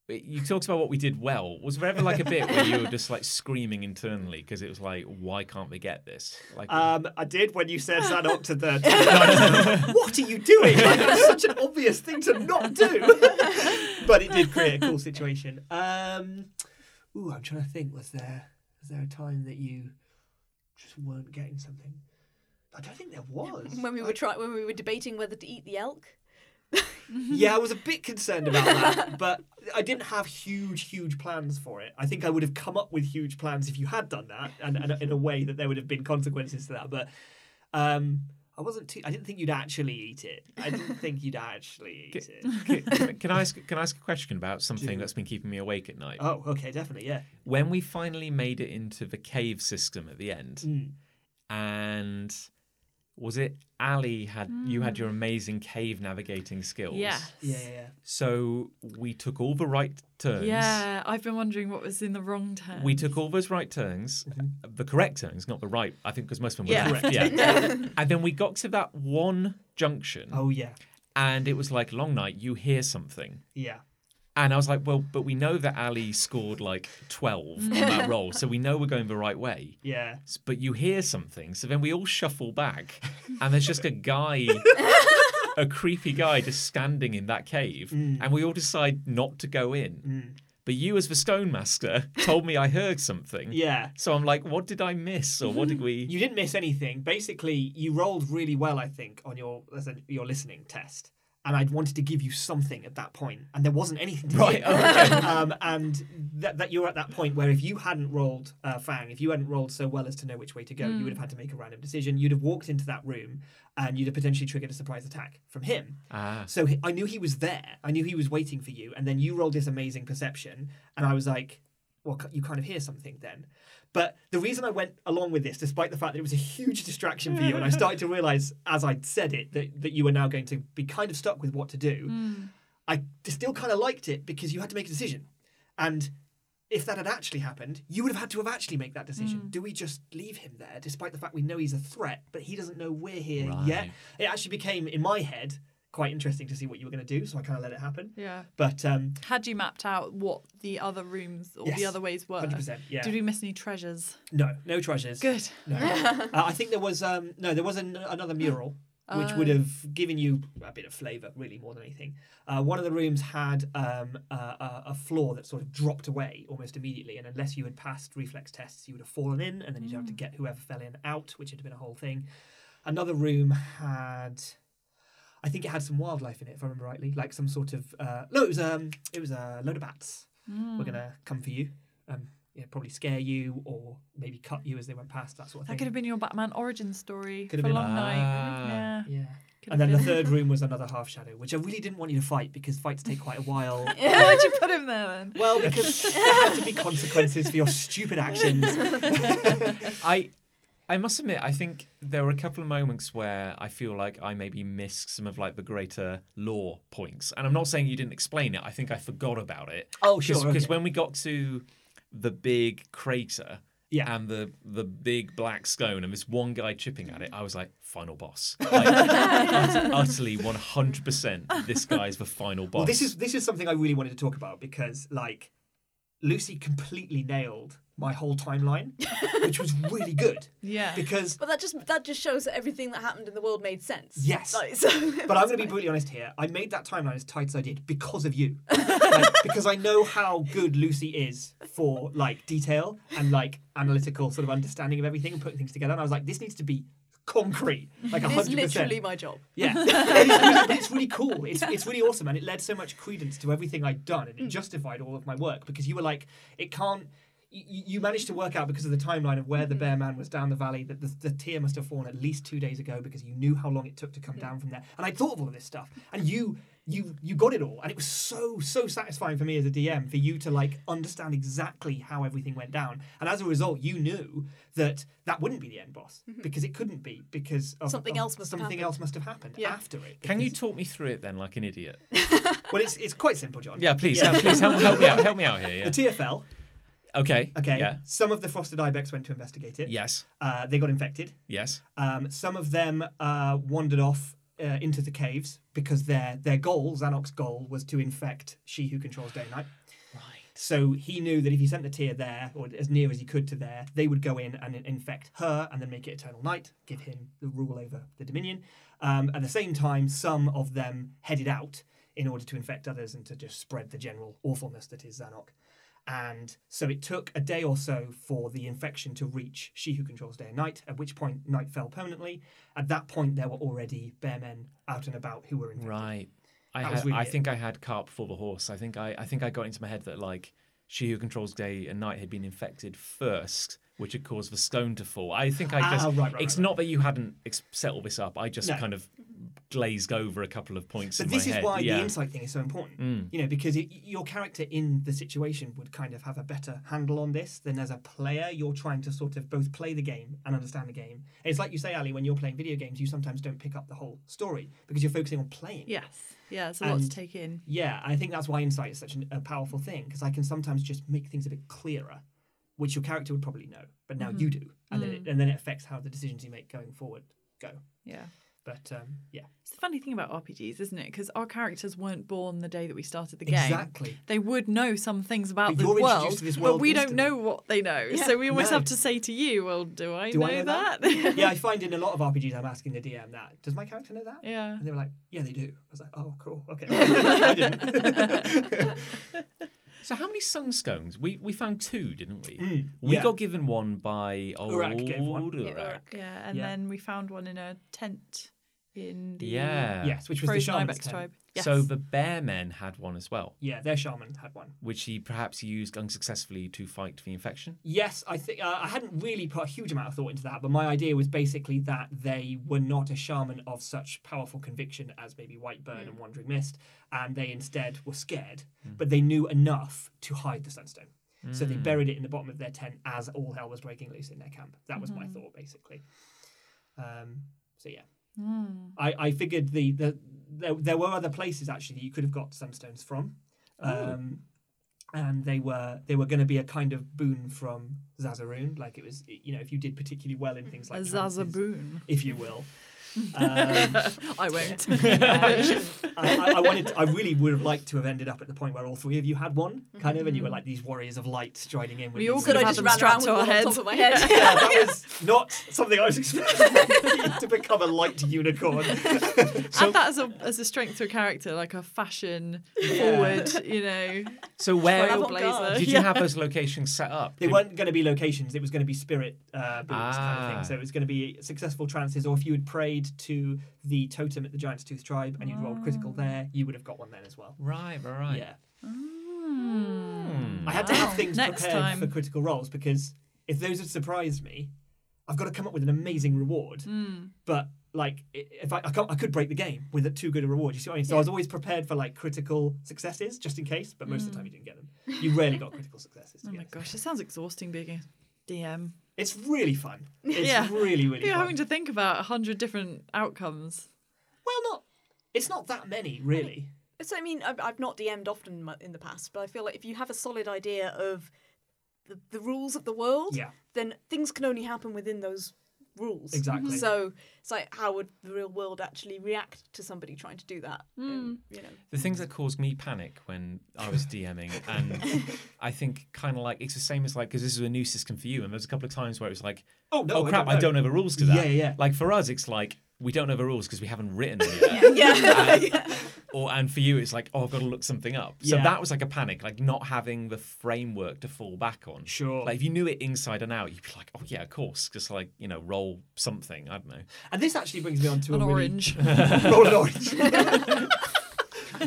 You talked about what we did well. Was there ever like a bit where you were just like screaming internally because it was like, why can't we get this? Like, um, I did when you said that up to the. to the- what are you doing? Like, that's such an obvious thing to not do. but it did create a cool situation. Um, ooh, I'm trying to think. Was there was there a time that you just weren't getting something? I don't think there was. When we were try- when we were debating whether to eat the elk, yeah, I was a bit concerned about that, but I didn't have huge, huge plans for it. I think I would have come up with huge plans if you had done that, and, and in a way that there would have been consequences to that. But um, I wasn't too. I didn't think you'd actually eat it. I didn't think you'd actually eat it. can, can I ask? Can I ask a question about something that's been keeping me awake at night? Oh, okay, definitely, yeah. when we finally made it into the cave system at the end, Mm. and was it Ali had you had your Hmm. amazing cave navigating skills? Yes. Yeah, yeah, yeah. So we took all the right turns. Yeah, I've been wondering what was in the wrong turn. We took all those right turns, uh, the correct turns, not the right. I think because most of them were Yeah. correct. Yeah. and then we got to that one junction, Oh, yeah, and it was like long night. You hear something. yeah. And I was like, well, but we know that Ali scored like 12 on that roll, so we know we're going the right way. Yeah. S- But you hear something, so then we all shuffle back, and there's just a guy, a creepy guy, just standing in that cave, and we all decide not to go in. But you, as the stone master, told me I heard something. Yeah. So I'm like, what did I miss, or what did we? You didn't miss anything. Basically, you rolled really well, I think, on your as in your listening test. And I wanted to give you something at that point, and there wasn't anything to Right, oh, give. okay. um, and that, that you're at that point where if you hadn't rolled uh, Fang, if you hadn't rolled so well as to know which way to go, you would have had to make a random decision. You'd have walked into that room, and you'd have potentially triggered a surprise attack from him. Ah, So he, I knew he was there. I knew he was waiting for you. And then you rolled this amazing perception, and I was like, "Well, c- you kind of hear something then." But the reason I went along with this, despite the fact that it was a huge distraction for you, and I started to realize as I said it that, that you were now going to be kind of stuck with what to do, I still kind of liked it because you had to make a decision. And if that had actually happened, you would have had to have actually make that decision. Mm. Do we just leave him there, despite the fact we know he's a threat, but he doesn't know we're here yet? Right. It actually became, in my head, quite interesting to see what you were going to do, so I kind of let it happen. Yeah. But um, Had you mapped out what the other rooms or Yes. the other ways were? 100%, yeah. Did we miss any treasures? no, no treasures. Good. No. uh, I think there was um, no, there was an, another mural which would have given you a bit of flavour, really, more than anything. Uh, one of the rooms had um, a, a a floor that sort of dropped away almost immediately, and unless you had passed reflex tests, you would have fallen in, and then you'd have to get whoever fell in out, which had been a whole thing. Another room had. I think it had some wildlife in it, if I remember rightly, like some sort of uh, no, it was um, it was a load of bats. Hmm. Mm. We're gonna come for you, um, yeah, probably scare you or maybe cut you as they went past, that sort of That thing. could have been your Batman origin story Could have for been. Long Ah. Night. Yeah. yeah. Could And then have the been. third room was another half shadow, which I really didn't want you to fight because fights take quite a while. Why'd you put him there then? well, because there had to be consequences for your stupid actions. I, I must admit, I think there were a couple of moments where I feel like I maybe missed some of like the greater lore points, and I'm not saying you didn't explain it. I think I forgot about it. Oh, Because sure. okay. when we got to the big crater yeah. and the the big black stone and this one guy chipping at it, I was like, final boss. Like, ut- utterly 100% this guy's the final boss. Well, this is this is something I really wanted to talk about because like Lucy completely nailed my whole timeline, which was really good Yeah. because But that just that just shows that everything that happened in the world made sense. Yes. Like, so But I'm going to be brutally honest here. I made that timeline as tight as I did because of you, Like, because I know how good Lucy is for like detail and like analytical sort of understanding of everything and putting things together. And I was like, this needs to be concrete, like it 100. is literally percent my job. Yeah, It is really- but it's really cool. It's it's really awesome, and it led so much credence to everything I'd done, Mm. and it justified all of my work because you were like, it can't. You, you managed to work out because of the timeline of Mm-hmm. where the bear man was down the valley that the, the tear must have fallen at least two days ago because you knew how long it took to Mm. come down from there. And I thought of all of this stuff, and you you you got it all, and it was so so satisfying for me as a DM for you to like understand exactly how everything went down, and as a result, you knew that that wouldn't be the end boss because it couldn't be because of Mm-hmm. Something of- else must have something happened. else must have happened Yeah. after it. Can you because- talk me through it then like an idiot? well, it's it's quite simple, John. Yeah, please, yeah, please help, help me out. Help me out here. The Yeah. TFL. Okay. Okay. Yeah. Some of the frosted ibex went to investigate it. Yes. Uh, they got infected. Yes. Um, some of them uh, wandered off uh, into the caves because their their goal, Xanok's goal, was to infect she who controls day and night. Right. So he knew that if he sent the tear there, or as near as he could to there, they would go in and in- infect her and then make it Eternal Night, give him the rule over the Dominion. Um, at the same time, some of them headed out in order to infect others and to just spread the general awfulness that is Zanok. And so it took a day or so for the infection to reach She Who Controls Day and Night, at which point night fell permanently. At that point, there were already bear men out and about who were infected. Right. I, That was had, really I it. think I had cart before the horse. I think I, I think I got into my head that like she who controls day and night had been infected first, which had caused the stone to fall. I think I Ah, just. right, right, right, it's right. not that you hadn't ex- set all this up. I just No. kind of glazed over a couple of points. But in this my is head. why yeah. the insight thing is so important. Mm. You know, because it, your character in the situation would kind of have a better handle on this than as a player. You're trying to sort of both play the game and understand the game. It's like you say, Ali, when you're playing video games, you sometimes don't pick up the whole story because you're focusing on playing. Yes. Yeah, it's a lot to And- take in. Yeah, I think that's why insight is such an, a powerful thing because I can sometimes just make things a bit clearer, which your character would probably know, but now you do, and then it, and then it affects how the decisions you make going forward go. Yeah. But um, yeah, It's the funny thing about RPGs, isn't it? Because our characters weren't born the day that we started the game. exactly. They would know some things about But the you're introduced world, to this but world we don't instantly. know what they know. Yeah, so we always no. have to say to you, "Well, do I, Do know, I know that? yeah, I find in a lot of RPGs, I'm asking the DM that. Does my character know that? yeah. And they were like, yeah, they do. I was like, oh, cool. Okay. I didn't. So how many sunstones? We we found two, didn't we? Mm, We yeah. got given one by old Urak gave one. Urak. Yeah, Yeah, and Yeah. then we found one in a tent in the Yeah. yes, which was the Frozen shaman's Ibex tent. tribe. Yes. So the bear men had one as well, Yeah, their shaman had one. which he perhaps used unsuccessfully to fight the infection. Yes, I think uh, I hadn't really put a huge amount of thought into that, but my idea was basically that they were not a shaman of such powerful conviction as maybe Whiteburn Mm. and Wandering Mist, and they instead were scared, but they knew enough to hide the sunstone. So Mm. they buried it in the bottom of their tent as all hell was breaking loose in their camp. That was Mm-hmm. my thought, basically. Um, so yeah, Hmm. I, I figured the, the there, there were other places actually that you could have got sunstones from. Um, and they were they were going to be a kind of boon from Zazaroon. Like it was, you know, if you did particularly well in things a like chances, Zazaboon. if you will. Um, I won't. I, I, I wanted. I really would have liked to have ended up at the point where all three of you had one, kind of, and you were like these warriors of light striding in. With Mm-hmm. We all these could sort have of- just ran around with one on top of my head. Yeah, that was not something I was expecting to become a light unicorn. Add that as a as a strength to a character, like a fashion Yeah. forward, you know, So where Travel- trailblazer. did you Yeah. have those locations set up? They Did- weren't going to be locations. It was going to be spirit uh, beings kind of Ah. thing. So it was going to be successful trances, or if you had prayed to the totem at the Giant's Tooth Tribe and you'd rolled Ah. critical there, you would have got one then as well. Right, right, right. Yeah, Hmm. I had to Wow. have things Next prepared time. for critical roles because if those had surprised me, I've got to come up with an amazing reward. Hmm. But like, i- if I I, can't, I could break the game with a too good a reward. You see what I mean? So I was always prepared for like critical successes just in case, but most of the time you didn't get them. You rarely got critical successes. To Oh be my honest. gosh, it sounds exhausting being a DM. It's really fun. It's Yeah. really really You're fun. having to think about a hundred different outcomes. Well, not. It's not that many, really. So I mean, I've, I've not DM'd often in my- in the past, but I feel like if you have a solid idea of the, the rules of the world, Yeah. then things can only happen within those rules. Exactly. So it's like, how would the real world actually react to somebody trying to do that? Um, you know, The things that caused me panic when I was DMing, and I think kind of like it's the same as like because this is a new system for you, and there's a couple of times where it was like, Oh no! oh crap, I don't know the rules to that. Yeah, yeah. Like for us, it's like we don't know the rules because we haven't written them yet. yeah, or and for you it's like oh i've got to look something up so Yeah. that was like a panic like not having the framework to fall back on Sure. like if you knew it inside and out you'd be like oh yeah of course just like you know roll something i don't know And this actually brings me on to An a really- orange. roll an orange.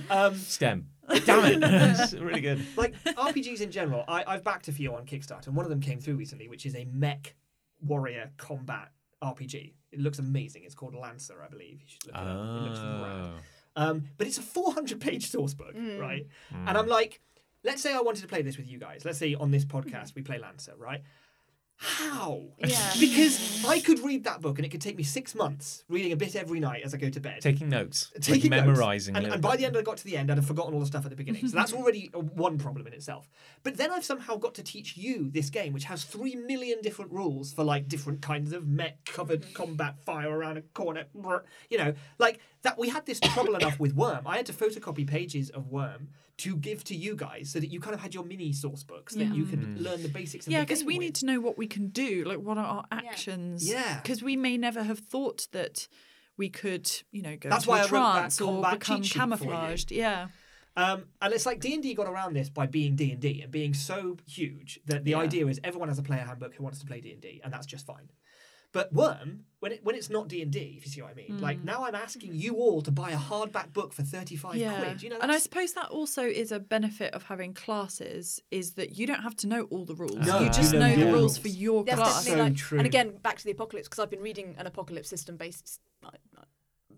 um, stem damn it It's really good like RPGs in general, I, I've backed a few on Kickstarter, and one of them came through recently, which is a mech warrior combat RPG. It looks amazing. It's called Lancer, I believe. You should look it up. It looks rad. oh. Um, but it's a 400 page source book, right? And I'm like, let's say I wanted to play this with you guys. Let's say on this podcast we play Lancer, right? How? Yeah. because I could read that book and it could take me six months reading a bit every night as I go to bed. taking notes like Taking notes. memorizing And, little and by bits. the end, I got to the end, I'd have forgotten all the stuff at the beginning. So that's already a- one problem in itself. But then I've somehow got to teach you this game, which has three million different rules for like different kinds of mech covered combat fire around a corner. brr, You know, like that. We had this trouble enough with Worm. I had to photocopy pages of Worm to give to you guys so that you kind of had your mini source books that you could Hmm. learn the basics. Of yeah, because because we need to know what we can do, like what are our Yeah. actions. Yeah. Because we may never have thought that we could, you know, go That's into why I a wrote that trance or combat become cheat sheet for you. camouflaged. Yeah. Um, and it's like D and D got around this by being D and D and being so huge that the idea is everyone has a player handbook who wants to play D and D, and that's just fine. But Worm, when it, when it's not D and D, if you see what I Hmm. mean, like now I'm asking you all to buy a hardback book for thirty five quid. You know, and I that's, suppose that also is a benefit of having classes is that you don't have to know all the rules. No, you just you know know the your rules rules. for your That's Class. class. So definitely like, true. and again, back to the apocalypse because I've been reading an apocalypse system based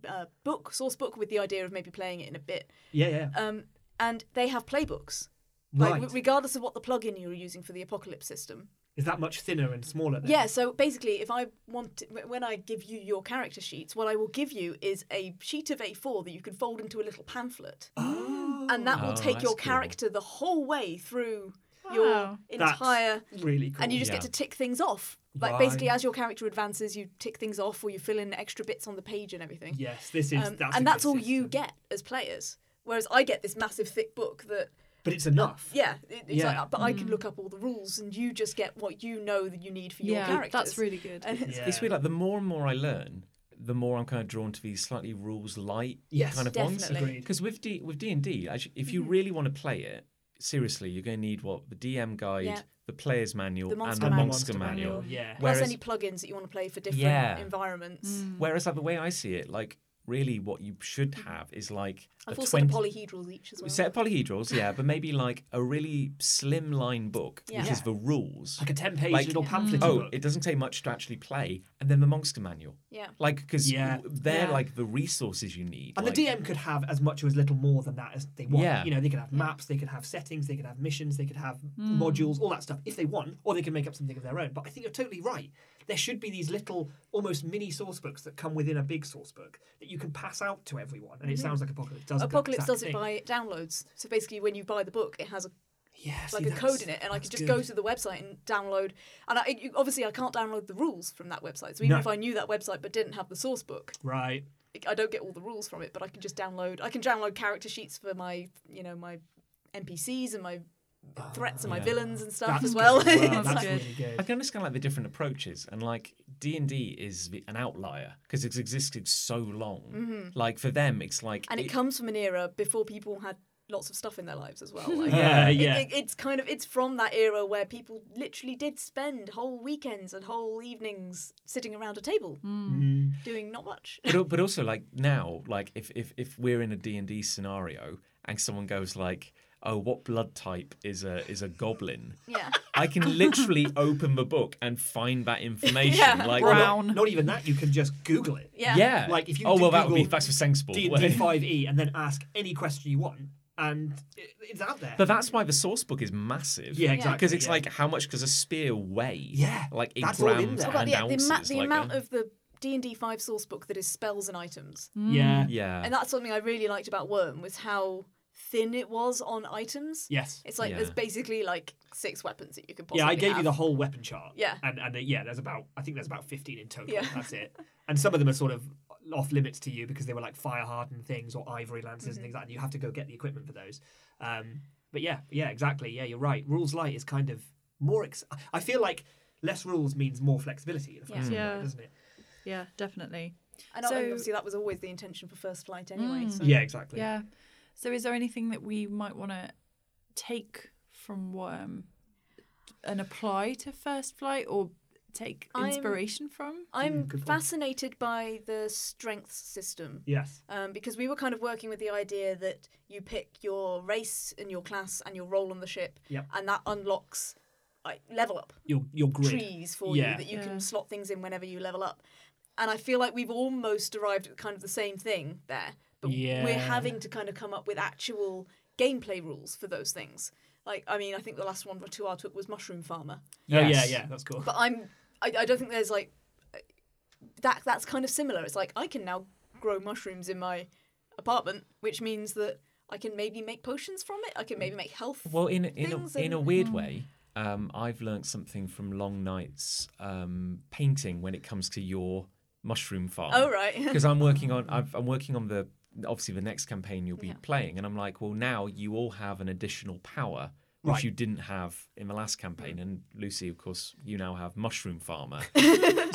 uh, book, source book, with the idea of maybe playing it in a bit. yeah, yeah, Um, and they have playbooks, like right. w- regardless of what the plugin you're using for the apocalypse system. Is that much thinner and smaller? Then? Yeah. So basically, if I want, to, wh- when I give you your character sheets, what I will give you is a sheet of A4 that you can fold into a little pamphlet, Oh, and that will Oh, take that's your cool. character the whole way through your Wow. That's entire really cool. and you just Yeah. get to tick things off. Like Right. basically, as your character advances, you tick things off, or you fill in extra bits on the page and everything. yes, this is Um, that's a and good that's all you system. get as players. Whereas I get this massive thick book that, But it's enough. yeah, it- it's Yeah. Mm. like, but I can look up all the rules, and you just get what you know that you need for your yeah, characters. that's really good. And it's- Yeah. It's weird. Like the more and more I learn, the more I'm kind of drawn to these slightly rules light Yes, Mm-hmm. kind of ones. Definitely. agreed. Because with D with D and D, actually, if you really want to play it seriously, you're going to need what the DM guide, Yeah. the player's manual, The and monster the manual. monster Monster manual. manual, yeah. Mm. Plus Whereas- any plugins that you want to play for different Yeah. environments. Whereas, like the way I see it, like really, what you should have is like a I've also 20 got polyhedrals each as well. set of polyhedrals, yeah, but maybe like a really slim line book, which Yeah. is the rules. Like a ten page Like- little Mm. pamphlet. Oh, book. it doesn't take much to actually play, and then the monster manual, yeah. like because Yeah. they're Yeah. like the resources you need. And like, the DM could have as much or as little more than that as they want. Yeah. You know, they could have maps, they could have settings, they could have missions, they could have Hmm. modules, all that stuff if they want, or they can make up something of their own. But I think you're totally right. There should be these little, almost mini source books that come within a big source book that you can pass out to everyone. And it sounds like Apocalypse does that Mm-hmm. Apocalypse exact does it thing. by downloads. So basically, when you buy the book, it has a yeah, see, like a that's- code in it, and I that's could just good. go to the website and download. And I, you, obviously, I can't download the rules from that website. So even No. if I knew that website but didn't have the source book, right. I don't get all the rules from it. But I can just download. I can download character sheets for my, you know, my NPCs and my threats and my yeah. villains and stuff That's as well. good as well. It's That's like- good. really good. I can understand like the different approaches, and like D and D is the, an outlier because it's existed so long. Like for them, it's like Mm-hmm. and it comes from an era before people had lots of stuff in their lives as well. Like, Yeah, it- yeah. it- it's kind of it's from that era where people literally did spend whole weekends and whole evenings sitting around a table Mm. doing not much. but, al- but also like now, like if if if we're in a D and D scenario and someone goes like, "Oh, what blood type is a is a goblin?" Yeah. I can literally open the book and find that information. Yeah. like Well, that- Wow. not, not even that. You can just Google it. Yeah. yeah, Like, if you oh do well, that would be Google that's for sensible. D wouldn't D it? five E, and then ask any question you want, and it, it's out there. But that's why the source book is massive. Yeah, exactly, Because it's yeah. like how much does a spear weigh? Yeah, like in that's all in grams there. Oh, I've God, and yeah, the, ounces. ama- the like, amount uh, of the D and D five source book that is spells and items, yeah. yeah, and that's something I really liked about Worm was how thin it was on items. Yes. It's like there's Yeah. basically like six weapons that you could possibly. Yeah, I gave you have. the whole weapon chart. Yeah. and and uh, yeah, there's about I think there's about 15 in total. Yeah. That's it. And some of them are sort of off limits to you because they were like fire hardened things or ivory lances Mm-hmm. and things like that. And you have to go get the equipment for those. Um, but yeah, yeah, exactly. Yeah, you're right. Rules light is kind of more. Ex- I feel like less rules means more flexibility. In a Yeah. fashion, Yeah. doesn't it? yeah, definitely. And I- So- obviously that was always the intention for First Flight anyway. Mm. So. Yeah, exactly. Yeah. So is there anything that we might want to take from Worm and apply to First Flight or take I'm- inspiration from? I'm Mm, good point. fascinated by the strengths system Yes. um, because we were kind of working with the idea that you pick your race and your class and your role on the ship, Yep. and that unlocks like level up Your your grid. trees for Yeah. you that you Yeah. can slot things in whenever you level up. And I feel like we've almost arrived at kind of the same thing there, but Yeah. we're having to kind of come up with actual gameplay rules for those things. Like, I mean, I think the last one or two I took was Mushroom Farmer Oh, Yeah, yeah, Yes. yeah. That's cool. but I'm I, I don't think there's like uh, that that's kind of similar. It's like I can now grow mushrooms in my apartment, which means that I can maybe make potions from it. I can maybe make health. Well, in a- in things a, in a and- weird way, um, I've learned something from Long Night's um, painting when it comes to your mushroom farm. oh right. Because I'm working on I've, I'm working on the obviously the next campaign you'll be Yeah. playing, and I'm like, well, now you all have an additional power. Which Right. you didn't have in the last campaign, and Lucy, of course, you now have mushroom farmer.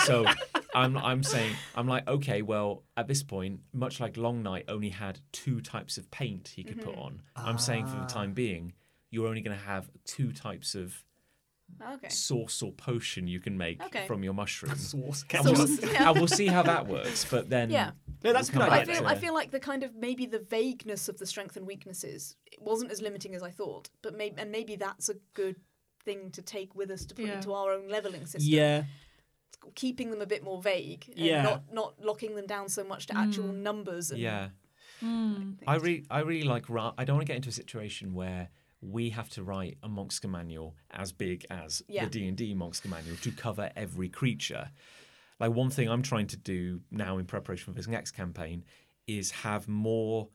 so I'm, I'm saying, I'm like, okay, well, at this point, much like Long Night only had two types of paint Mm-hmm. he could put on, I'm saying for the time being, you're only going to have two types of Okay. sauce or potion you can make Okay. from your mushrooms. Sauce. and, Sauce. we'll, Sauce. yeah. and we'll see how that works. But then, Yeah. No, that's a good We'll come I idea. back feel though. to I it. feel like the kind of maybe the vagueness of the strength and weaknesses it wasn't as limiting as I thought, but maybe and maybe that's a good thing to take with us to put Yeah. into our own leveling system. Yeah. Keeping them a bit more vague and Yeah. not not locking them down so much to actual numbers. And yeah. Mm. I re- I really like. Ra- I don't want to get into a situation where we have to write a monksca manual as big as Yeah. the D and D monksca manual to cover every creature. Like one thing I'm trying to do now in preparation for this next campaign is have more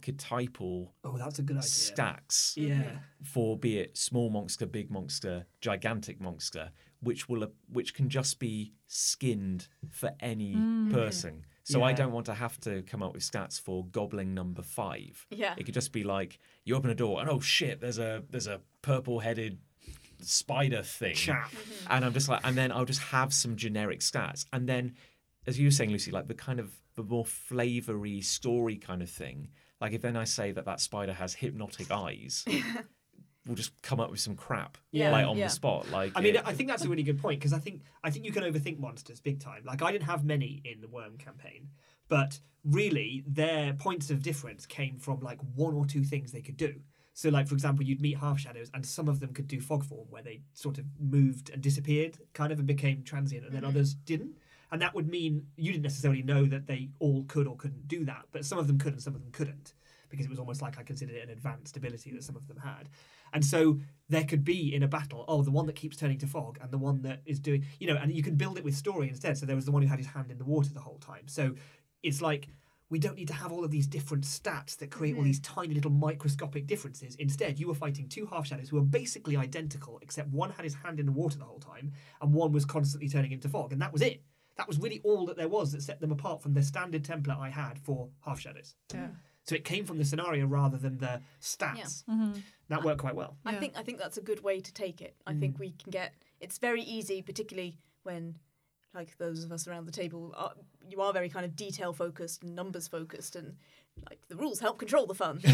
archetypal Oh, that's a good idea. stacks Yeah. for be it small monster, big monster, gigantic monster, which will which can just be skinned for any person. So I Yeah. don't want to have to come up with stats for goblin number five. Yeah. It could just be like you open a door and oh shit, there's a there's a purple headed spider thing. Chap. And I'm just like and then I'll just have some generic stats. And then as you were saying, Lucy, like the kind of the more flavory story kind of thing. Like if then I say that that spider has hypnotic eyes, we'll just come up with some crap Yeah, like on yeah. the spot. Like I mean, it- I think that's a really good point because I think I think you can overthink monsters big time. Like I didn't have many in the Worm campaign, but really their points of difference came from like one or two things they could do. So, like for example, you'd meet half shadows, and some of them could do fog form, where they sort of moved and disappeared, kind of, and became transient, and then others didn't. And that would mean you didn't necessarily know that they all could or couldn't do that, but some of them could and some of them couldn't because it was almost like I considered it an advanced ability that some of them had. And so there could be in a battle, oh, the one that keeps turning to fog and the one that is doing, you know, and you can build it with story instead. So there was the one who had his hand in the water the whole time. So it's like we don't need to have all of these different stats that create all these tiny little microscopic differences. Instead, you were fighting two half shadows who were basically identical, except one had his hand in the water the whole time and one was constantly turning into fog. And that was it. That was really all that there was that set them apart from the standard template I had for half shadows. Yeah. So it came from the scenario rather than the stats. Mm-hmm. That worked quite well. I Yeah. think I think that's a good way to take it. I think we can get it's very easy, particularly when like those of us around the table are you are very kind of detail focused and numbers focused and like the rules help control the fun.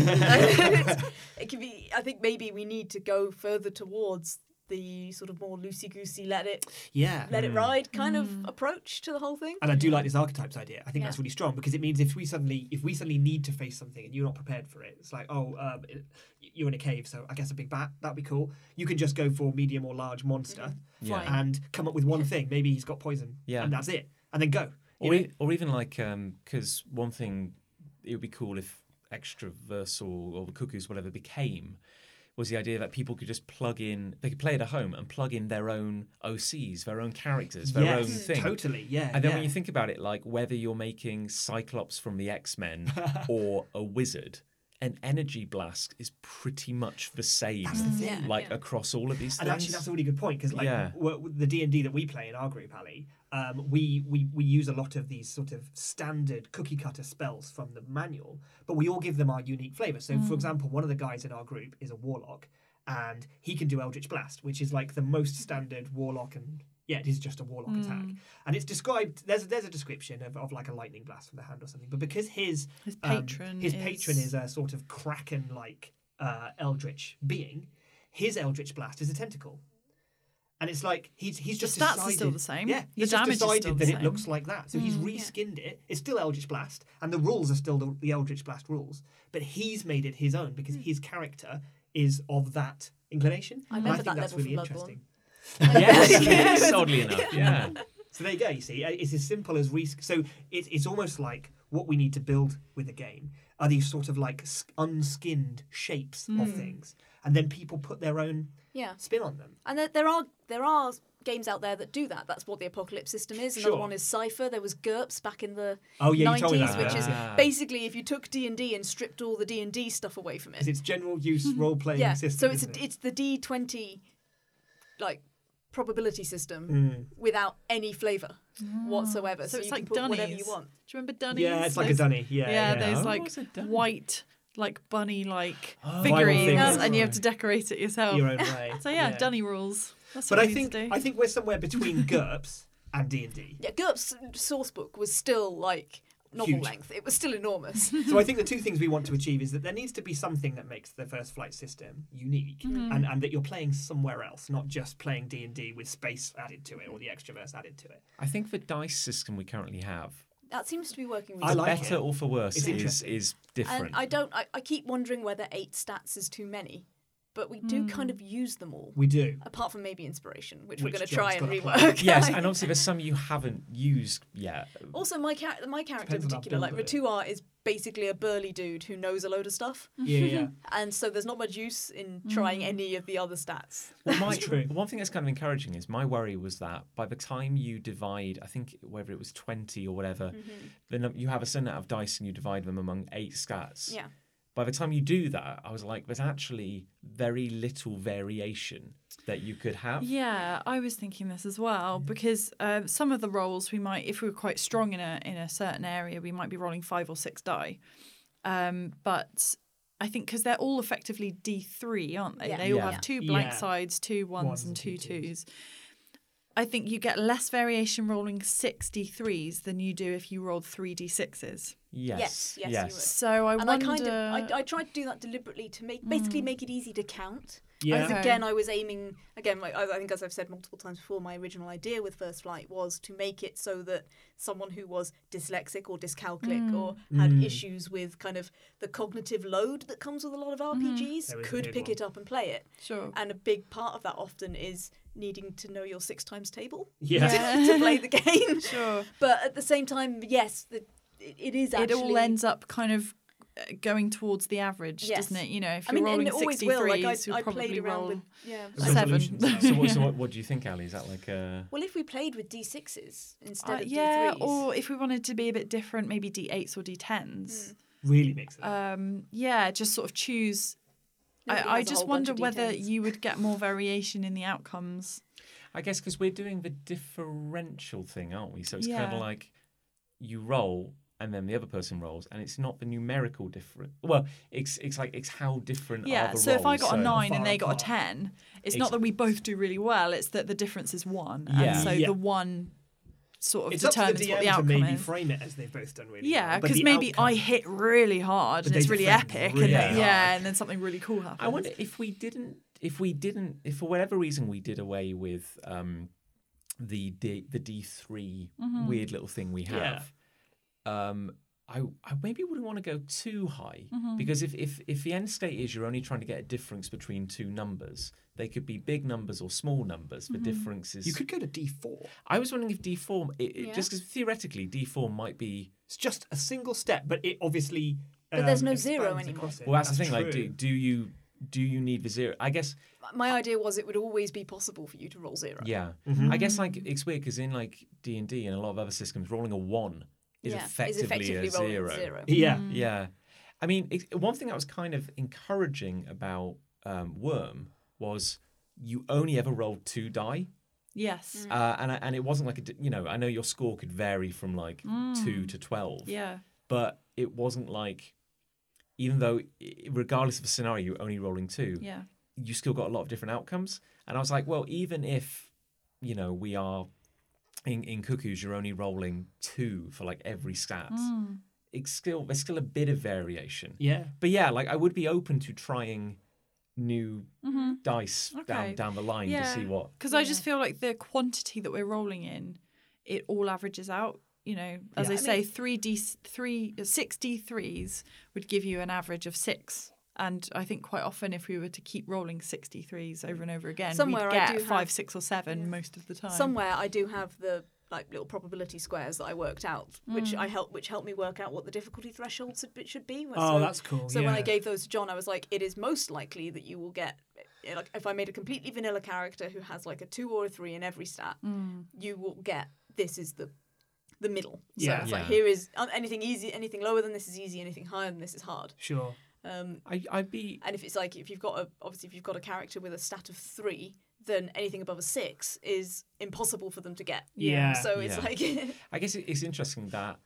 It's- it can be I think maybe we need to go further towards the sort of more loosey goosey let it Yeah. let it ride kind of approach to the whole thing. Mm. And I do like this archetypes idea. I think Yeah. that's really strong because it means if we suddenly if we suddenly need to face something and you're not prepared for it, it's like oh um, it- you're in a cave, so I guess a big bat that'd be cool. You can just go for medium or large monster Mm-hmm. Yeah. and come up with one thing. Maybe he's got poison, Yeah. and that's it, and then go. You or, know? e- or even like because one thing it would be cool if extraversal or the cuckoos whatever became was the idea that people could just plug in they could play it at home and plug in their own OCs their own characters their yes, own thing totally, yeah. and then yeah. when you think about it like whether you're making Cyclops from the X-Men or a wizard an energy blast is pretty much the same That's the thing. like yeah. across all of these And things actually, that's a really good point because, like, Yeah. w- w- the D and D that we play in our group, Ali, um, we, we we use a lot of these sort of standard cookie cutter spells from the manual, but we all give them our unique flavor. So, Mm. for example, one of the guys in our group is a warlock, and he can do Eldritch Blast, which is like the most standard warlock and. Yeah, it is just a warlock attack, Mm. and it's described. There's there's a description of, of like a lightning blast from the hand or something, but because his His um, patron his is- patron is a sort of kraken like uh, eldritch being. His eldritch blast is a tentacle, and it's like he's he's just stats are decided, still the same. Yeah, The he's just damage is decided still the that it same. Hmm, looks like that. So he's reskinned it. It's still eldritch blast, and the rules are still the, the eldritch blast rules, but he's made it his own Hmm. because his character is of that inclination. I And remember think that that's level really from Bloodborne. interesting. yes, yes oddly enough yeah so there you go. You see, Uh, it's as simple as re. So it's it's almost like what we need to build with the game are these sort of like s- unskinned shapes of things, and then people put their own Yeah. spin on them. And there, there are there are games out there that do that. That's what the apocalypse system is. Another Sure. one is Cipher. There was GURPS back in the Oh, yeah, you told me 90s, that, which yeah. is Ah. basically if you took D and D and stripped all the D and D stuff away from Because it. it's general use role playing Yeah. system. so it's isn't a, it? it's the D twenty like probability system Mm. without any flavour whatsoever. Ah. So So, it's you can like put whatever you dunnies. want. Do you remember Dunnies? yeah, it's like a Those- dunny. Yeah, Yeah, yeah. those Oh, like it's a dunny. white, like bunny like Oh. figurines, Vinyl and you have figures. to decorate it yourself. your own way. So yeah, dunny rules. That's But I what we need think to do. I think we're somewhere between GURPS and D and D. Yeah, GURPS sourcebook was still like novel Huge. length. It was still enormous. So I think the two things we want to achieve is that there needs to be something that makes the first flight system unique, and, and that you're playing somewhere else, not just playing D and D with space added to it or the extraverse added to it. I think the dice system we currently have, that seems to be working I really for like better it. or for worse, It's is interesting. is And different. I don't. I, I keep wondering whether eight stats is too many, but we do kind Hmm. of use them all, We do. apart from maybe inspiration, which, Which we're going to John's try gotta and play. rework. yes, and obviously there's some you haven't used yet. also, my char- my character in Depends on how particular, like built it Ratuar, is basically a burly dude who knows a load of stuff, Yeah, yeah. and so there's not much use in trying Mm. any of the other stats. Well, my, That's true. One thing that's kind of encouraging is my worry was that by the time you divide, I think whether it was 20 or whatever, Mm. Mm-hmm. the num you have a certain amount of dice and you divide them among eight stats. Yeah. By the time you do that, I was like, there's actually very little variation that you could have. Yeah, I was thinking this as well because um, some of the rolls we might, if we were quite strong in a in a certain area, we might be rolling five or six die. Um, but I think because they're all effectively D three, aren't they? Yeah. They all Yeah. have two blank Yeah. sides, two ones, Ones and and two two twos. I think you get less variation rolling six D threes than you do if you rolled three D sixes. Yes. Yes, yes, you would. So I and wonder. Mm. I kind of I, I tried to do that deliberately to make basically make it easy to count. Yeah. Because Okay. again, I was aiming again. Like, I I think, as I've said multiple times before, my original idea with First Flight was to make it so that someone who was dyslexic or dyscalculic or had Mm. issues with kind of the cognitive load that comes with a lot of Mm-hmm. RPGs That was a could big pick one. it up and play it. sure. And a big part of that often is needing to know your six times table Yeah. to play the game. Sure. But at the same time, yes, the, it, it is actually it all ends up kind of uh, going towards the average, Yes. doesn't it? You know, if I you're mean, and rolling it always will. Like I, 63s, you'll I probably played around roll. Uh, with yeah. Seven. Resolutions. So, what, so what, what do you think, Ali? Is that like a. Well, if we played with d6s Uh, instead of yeah, d3s, or if we wanted to be a bit different, maybe D8s or Mm. D10s. really mix it. up. Um, yeah, just sort of choose. Nobody I, I has a just whole bunch wonder of whether D10s. you would get more variation in the outcomes. I guess because we're doing the differential thing, aren't we? So it's kind Yeah. of like you roll and then the other person rolls, and it's not the numerical different. Well, it's it's like it's how different. Yeah, Are the so if I rolls, got a so- nine far and they got a apart. ten, it's not Ex- that we both do really well; it's that the difference is one, Yeah. and so Yeah. the one sort of it's up to determines the DM what the to outcome maybe is. frame it as they've both done really yeah, well, but because the maybe I outcome- hit really hard But and they it's really defend epic, really and then, yeah, hard. and then something really cool happens. I wonder if we didn't, if we didn't, if for whatever reason we did away with um, the D, the D 3 weird little thing we Yeah. have. Um, I, I maybe wouldn't want to go too high because if, if if the end state is you're only trying to get a difference between two numbers, they could be big numbers or small numbers. The difference is. You could go to D4. I was wondering if D four, it, it, Yeah. just because theoretically D four might be. It's just a single step, but it obviously. um, But there's no zero expands anymore. across it. Well, that's, the thing. Like, true. do do you do you need the zero? I guess my idea was it would always be possible for you to roll zero. Yeah, I guess like it's weird because in like D and D and a lot of other systems, rolling a one is Yeah, effectively, rolling a zero. Yeah. Yeah, I mean, it, one thing that was kind of encouraging about um, Worm was you only ever rolled two die, yes, uh, and I- and it wasn't like a d- you know I know your score could vary from like two to twelve, yeah, but it wasn't like even though i- regardless of the scenario you're only rolling two, yeah. you still got a lot of different outcomes. And I was like, well, even if, you know, we are in, in cuckoos, you're only rolling two for like every stat. Hmm. It's still there's still a bit of variation. Yeah. But yeah, like I would be open to trying new dice Mm-hmm. Okay. down down the line to Yeah. see what Because I just feel like the quantity that we're rolling in, it all averages out. You know, as I, Yeah. I say, three D three six D threes would give you an average of six. And I think quite often, if we were to keep rolling six D threes over and over again, Somewhere we'd I get do have- five, six, or seven most of the time. Somewhere I do have the like little probability squares that I worked out, Hmm. which I helped, which helped me work out what the difficulty threshold should be. Should be. Oh, that's cool, So when I yeah. gave those to John, I was like, it is most likely that you will get. eh, Like if I made a completely vanilla character who has like a two or a three in every stat, you will get this is the the middle. So Yeah. it's like Yeah. here is uh, anything easy, anything lower than this is easy, anything higher than this is hard. Sure. Um, I, I'd be And if it's like if you've got a obviously if you've got a character with a stat of three, then anything above a six is impossible for them to get. Yeah. So it's Yeah. like I guess it- it's interesting that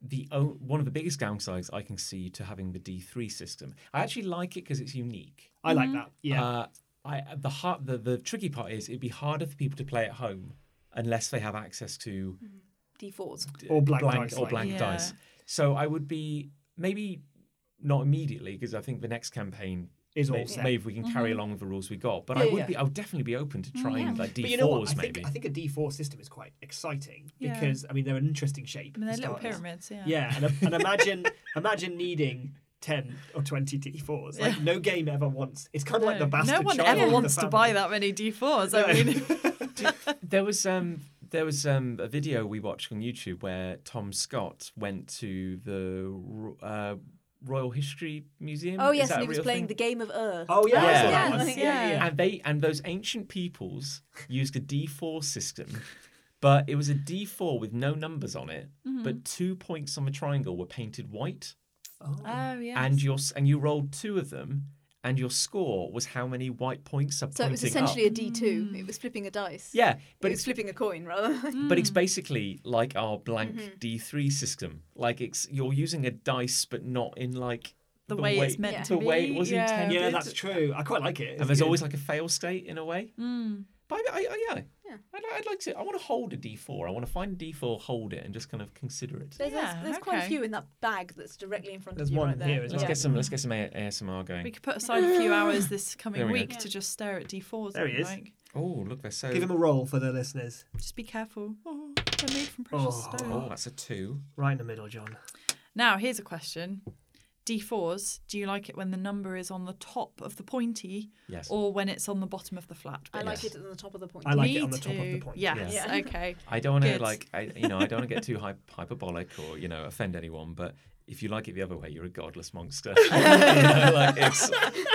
the o- one of the biggest downsides I can see to having the D3 system. I actually like it because it's unique. I like that. Yeah. Uh, I the hard the, the tricky part is it'd be harder for people to play at home unless they have access to D fours. d- Or blank blank dice, or like- blank Yeah. dice. So I would be maybe not immediately because I think the next campaign Is may- all set. maybe if we can carry Mm-hmm. along with the rules we got. But I Yeah, would yeah. be I would definitely be open Mm, to trying like D4s But you know what? I maybe. think, I think a D4 system is quite exciting Yeah. because I mean they're an interesting shape. I mean, for they're little starters. pyramids, yeah. Yeah, and, and imagine imagine needing ten or twenty D4s. Like no game ever wants. It's kind of like the no, bastard no one child of ever the wants to family. buy that many D4s. I Yeah. mean, there was um there was um a video we watched on YouTube where Tom Scott went to the Ro- uh, Royal History Museum. Oh Is yes, that and a he was real playing thing? the game of Ur. Oh yeah, Yeah. I saw that Yeah, one. yeah. yeah, yeah. And they and those ancient peoples used a D4 system, but it was a D4 with no numbers on it, Mm-hmm. but two points on the triangle were painted white, oh yeah. and your s- and you rolled two of them, and your score was how many white points So are it pointing was essentially up. a D two. It was flipping a dice. yeah, But but it was it's flipping a coin rather. but it's basically like our blank Mm-hmm. D3 system. Like it's you're using a dice, but not in like The way it's meant the to way it be, was yeah. intended. Yeah, that's true. I quite like it. It's and there's good. always like a fail state in a way. But I, I, I, yeah, Yeah. I'd, li- I'd like to. I want to hold a D4. I want to find a D4, hold it, and just kind of consider it. There's, there's, Yeah, there's quite a okay. few in that bag that's directly in front There's of you one right there. here as well. Let's Yeah. get some. Let's get some A- ASMR we going. could put aside a few hours this coming There we go. week Yeah. to just stare at D4s. There I he is. think. Oh, look, they're so. Give him a roll for the listeners. Just be careful. Oh, they're made from precious Oh. stone. oh, that's a two. Right in the middle, John. Now, here's a question. D4s, do you like it when the number is on the top of the pointy Yes. or when it's on the bottom of the flat? I bit? like Yes. it at the top of the point. I like Me it on the top of the too. point. Yes, Yeah. Yeah. okay. I don't want to Good. like. I, you know, I don't want to get too hy- hyperbolic or you know offend anyone. But if you like it the other way, you're a godless monster. You know, like, it's-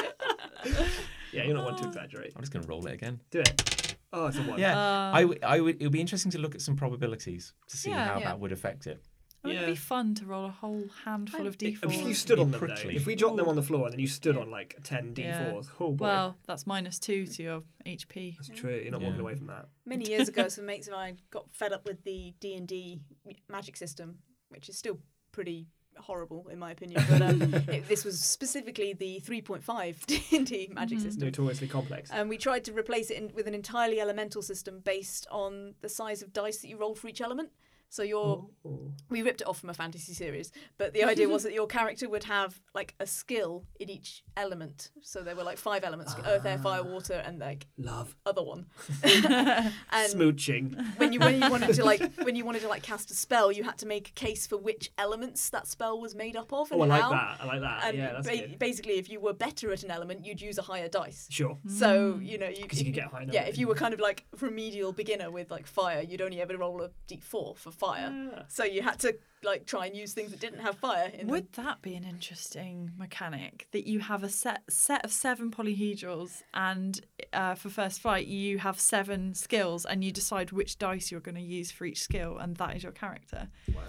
Yeah, you're not Oh. one to exaggerate. I'm just gonna roll it again. Do it. Oh, it's a one. Yeah, Uh, I, w- I would. It would be interesting to look at some probabilities to see Yeah. how Um, Yeah. that would affect it. Wouldn't Yeah. it be fun to roll a whole handful of If you D4s? stood on them, though, Prickly. if we dropped them on the floor and then you stood Yeah. on like 10 D4s, Yeah. oh boy. Well, that's minus two to your HP. That's true. You're not walking Yeah. away from that. Many years ago, some mates of mine got fed up with the D and D magic system, which is still pretty horrible in my opinion. But um, it, this was specifically the 3.5 D and D magic Mm-hmm. system. Notoriously complex. And we tried to replace it in, with an entirely elemental system based on the size of dice that you roll for each element. So your Oh. we ripped it off from a fantasy series, but the idea was that your character would have like a skill in each element. So there were like five elements: earth, air, fire, water, and like Love. other one. and Smooching. when you when you wanted to like when you wanted to like cast a spell, you had to make a case for which elements that spell was made up of Oh, and I like how. that. I like that. And yeah, that's ba- good. basically, if you were better at an element, you'd use a higher dice. Sure. So you know you, Hmm. 'Cause you can get a high number. Yeah, if you were kind of like remedial beginner with like fire, you'd only ever roll a d4 for fire. Ah. So you had to like try and use things that didn't have fire. In them. Would that be an interesting mechanic that you have a set set of seven polyhedrals, and uh, for first flight you have seven skills, and you decide which dice you're going to use for each skill, and that is your character. Wow.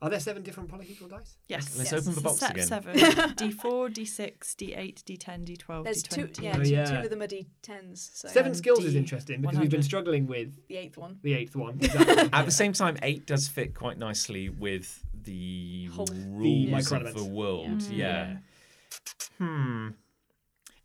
Are there seven different polyhedral dice? Yes. Let's open the box set again. Seven. D4, D6, D8, D10, D12, There's two, D20. yeah, Oh, two, yeah. two of them are d10s. So Seven Um, skills is D interesting because we've been 100. struggling with the eighth one. the eighth one. Exactly. At the same time, eight does fit quite nicely with the Whole- The rules of microelements. Mm. the world. Mm. Yeah. Hmm.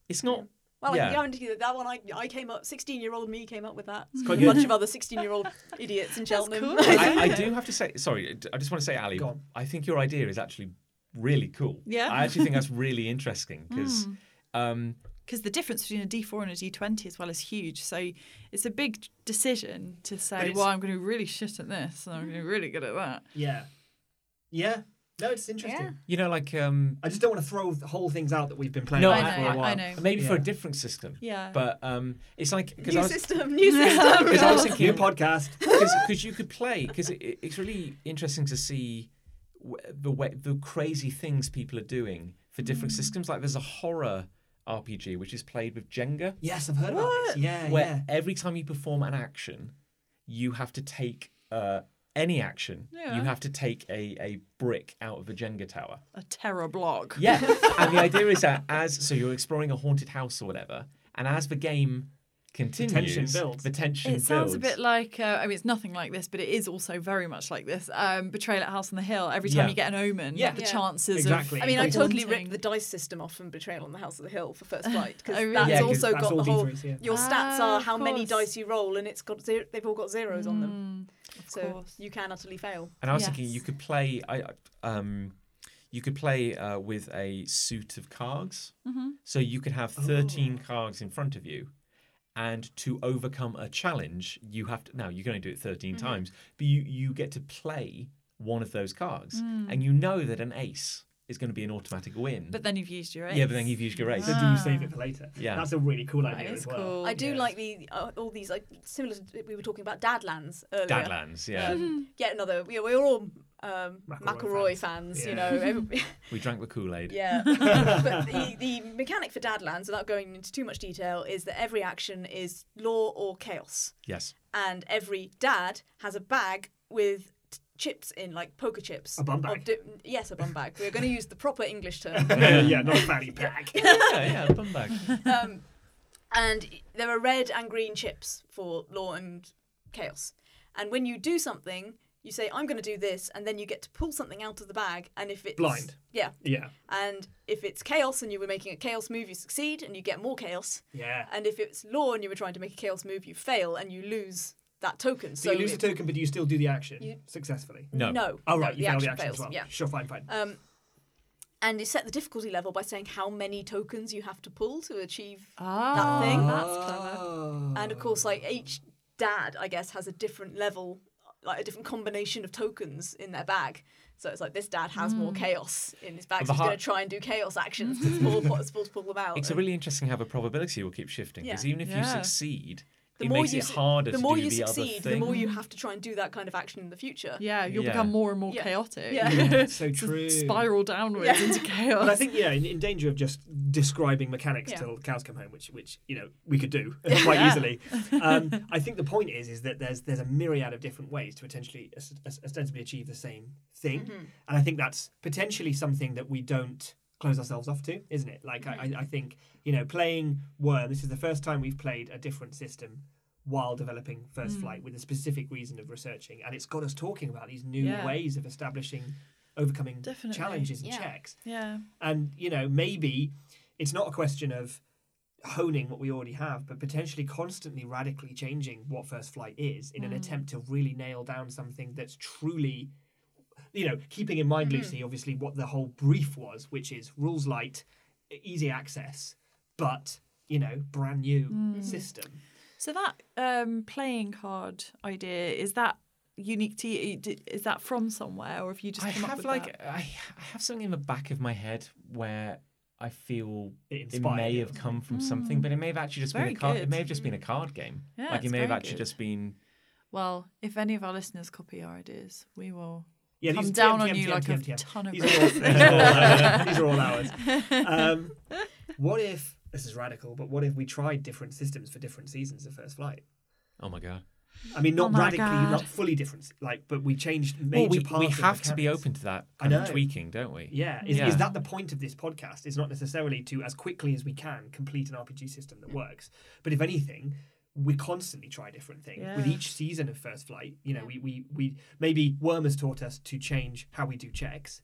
It's not. Well, I Yeah. can guarantee that that one I, I came up. Sixteen-year-old me came up with that. quite with a good. bunch of other sixteen-year-old idiots in Cheltenham. cool. I, I do have to say. Sorry, I just want to say, Ali. Go on. I think your idea is actually really cool. Yeah. I actually think that's really interesting because. Um, Because the difference between a D4 and a D20 as well is huge. So it's a big decision to say, it's- well, I'm going to be really shit at this, and I'm going to be really good at that. yeah. Yeah. No, it's interesting. Yeah. you know, like um, I just don't want to throw the whole things out that we've been playing No, with I for know, a while. I know. maybe for a Yeah. different system. Yeah. But um, it's like because new I was system, new system. because I was thinking New podcast. because you could play because it, it- it's really interesting to see w- the way the crazy things people are doing for different Mm. systems. Like there's a horror RPG which is played with Jenga, Yes, I've heard about this. Yeah, yeah. where every time you perform an action, you have to take uh, any action. You Yeah. have to take a a brick out of a Jenga tower. A terror block. Yeah, and the idea is that as so you're exploring a haunted house or whatever, and as the game continues, builds. The tension It sounds a builds. bit like uh, I mean it's nothing like this, but it is also very much like this. Um, Betrayal at House on the Hill. Every time Yeah. you get an omen, Yeah. the Yeah. chances Exactly. of I mean, I Like totally Haunting. ripped the dice system off from Betrayal on the House of the Hill for first flight because Oh, really? that's Yeah, 'cause also that's got all the whole. D3s, yeah. Your Ah, stats are of how many course. dice you roll, and it's got zero, they've all got zeros on them, Mm, of so course. you can utterly fail. And I was Yes. thinking you could play. I I- um, you could play uh, with a suit of cards, Mhm. so you could have thirteen cards in front of you, and to overcome a challenge, you have to. Now you can only do it 13 Mm-hmm. times, but you you get to play one of those cards, and you know that an ace is going to be an automatic win. Mm. But Ah. then you've used your ace. yeah, but then you've used your ace. So do you save it for later? Yeah. That's a really cool That idea is as well. cool. I do Yes. like the uh, all these like similar. To, we were talking about Dadlands earlier. Dadlands, yeah. Um, yet another. We, we're all um, McElroy McElroy, fans. fans, Yeah. you know. every- we drank the Kool Aid. Yeah. but the, the mechanic for Dadlands, without going into too much detail, is that every action is law or chaos. Yes. And every dad has a bag with t- chips in, like poker chips. A bum of bag. di- yes, a bum bag. We're going to use the proper English term. yeah, not a fanny pack. yeah, yeah, bum bag. um, and there are red and green chips for law and chaos. And when you do something, you say, I'm going to do this. And then you get to pull something out of the bag. And if it's. Blind. Yeah. Yeah. And if it's chaos and you were making a chaos move, you succeed and you get more chaos. Yeah. And if it's law and you were trying to make a chaos move, you fail and you lose that token. So, you lose a it- token, but you still do the action You- successfully. No. No. Oh, right, no, you fail the action fails. as well. Yeah. Sure, fine, fine. Um, and you set the difficulty level by saying how many tokens you have to pull to achieve Ah, that thing. That's Oh. clever. And of course, like each dad, I guess, has a different level, like a different combination of tokens in their bag. So it's like this dad has more chaos in his bag, so But the he's going hard- to try and do chaos actions because it's more possible to pull them out. It's And- really interesting how the probability will keep shifting because Oh, Yeah. even if you Yeah. succeed, the it more makes you it su- harder the to more do you the succeed, other thing. the more you have to try and do that kind of action in the future. Yeah, you'll Yeah. become more and more Yeah. chaotic. Yeah. Yeah, so It's a true. Spiral downwards Yeah. into chaos. But I think yeah, in, in danger of just describing mechanics Yeah. till cows come home, which which you know we could do quite Yeah. easily. Um, I think the point is is that there's there's a myriad of different ways to potentially os- os- ostensibly achieve the same thing, Mm-hmm. and I think that's potentially something that we don't close ourselves off to, isn't it? Like Mm-hmm. I, I, I think you know playing Worm. This is the first time we've played a different system while developing Mm. First Flight with a specific reason of researching, and it's got us talking about these new Yeah. ways of establishing, overcoming Definitely. challenges and Yeah. checks. yeah. And, you know, maybe it's not a question of honing what we already have, but potentially constantly radically changing what First Flight is in an attempt to really nail down something that's truly, you know, keeping in mind, Lucy, obviously what the whole brief was, which is rules light, e-, easy access, but, you know, brand new system. So that um, playing card idea is that unique to you? Did- Is that from somewhere, or if you just I come up have with like that? I, I have something in the back of my head where I feel It it inspired may it, have wasn't come from Mm. something, but it may have actually just been Very a card. It good. may have just been a card game. Yeah, like it it's may have very actually good. just been. Well, if any of our listeners copy our ideas, we will Yeah, come these are down TM, on you TM, like TM, a TM. ton of These are all, bricks. these are all ours. These are all ours. Um, what if this is radical? But what if we tried different systems for different seasons of First Flight? Oh my god! I mean, not Oh my radically, God. not fully different. Like, but we changed Well, major we, parts. we of the have to be mechanics. open to that I kind of know. tweaking, don't we? Yeah. Is, Yeah. is that the point of this podcast? It's not necessarily to, as quickly as we can, complete an RPG system that works. But if anything, we constantly try different things. With Yeah. each season of First Flight, you know, we, Yeah. we, we maybe Worm has taught us to change how we do checks.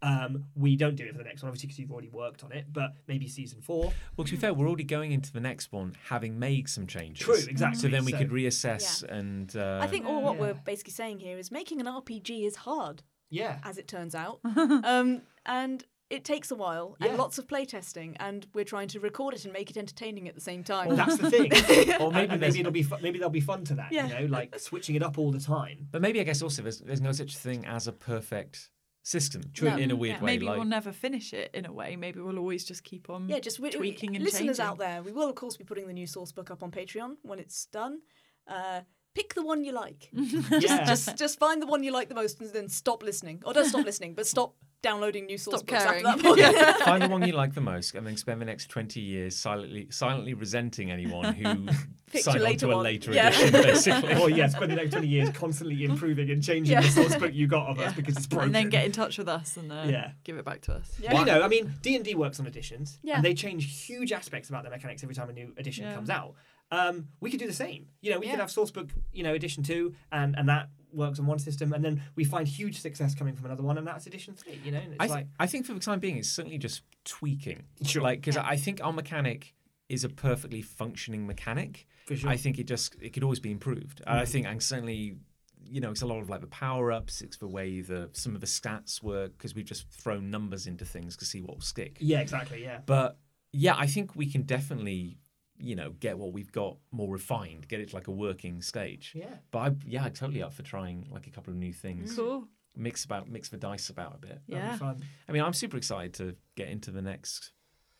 Um, we don't do it for the next one, obviously, because you've already worked on it. But maybe season four. Well, to be fair, we're already going into the next one having made some changes. True, exactly. So then we So- could reassess and. Uh, I think all what Yeah. we're basically saying here is making an RPG is hard, Yeah. as it turns out, um, and it takes a while Yeah. and lots of playtesting, and we're trying to record it and make it entertaining at the same time. Well, that's the thing. or And- maybe and there's maybe it'll be fu- maybe there'll be fun to that. Yeah. You know, like switching it up all the time. But maybe I guess also there's, there's no such thing as a perfect system True. in a weird Yeah. way. Maybe like, we'll never finish it in a way. Maybe we'll always just keep on. yeah, just we, tweaking and listeners changing. out there, we will of course be putting the new source book up on Patreon when it's done. Uh, pick the one you like. yeah. just just find the one you like the most and then stop listening, or don't stop listening, but stop downloading new source Stop books caring. after that point. Find the one you like the most, and then spend the next twenty years silently silently resenting anyone who Picked signed a on later to a one. later Yeah. edition. Basically, or yeah, spend the next 20 years constantly improving and changing Yeah. the source book you got of us because it's broken. and then get in touch with us and uh, Yeah. give it back to us. Yeah. And, you know, I mean, D and D works on editions, Yeah. and they change huge aspects about their mechanics every time a new edition Yeah. comes out. um, we could do the same. You know, we Yeah. could have Sourcebook, you know, edition two, and and that works on one system, and then we find huge success coming from another one, and that's edition three. You know, and it's I, th- like I think for the time being, it's certainly just tweaking. Sure. Like, because Yeah. I think our mechanic is a perfectly functioning mechanic. for sure. Mm-hmm. I think it just it could always be improved. And I think, and certainly, you know, it's a lot of like the power ups. It's the way the some of the stats work because we've just thrown numbers into things to see what will stick. yeah, exactly. Yeah. But yeah, I think we can definitely, you know, get what we've got more refined, get it to like a working stage. Yeah. But I, yeah, I'm totally up for trying like a couple of new things. Cool. Mm-hmm. Mix about, mix the dice about a bit. That'd Mm. be Yeah. fun. I mean, I'm super excited to get into the next,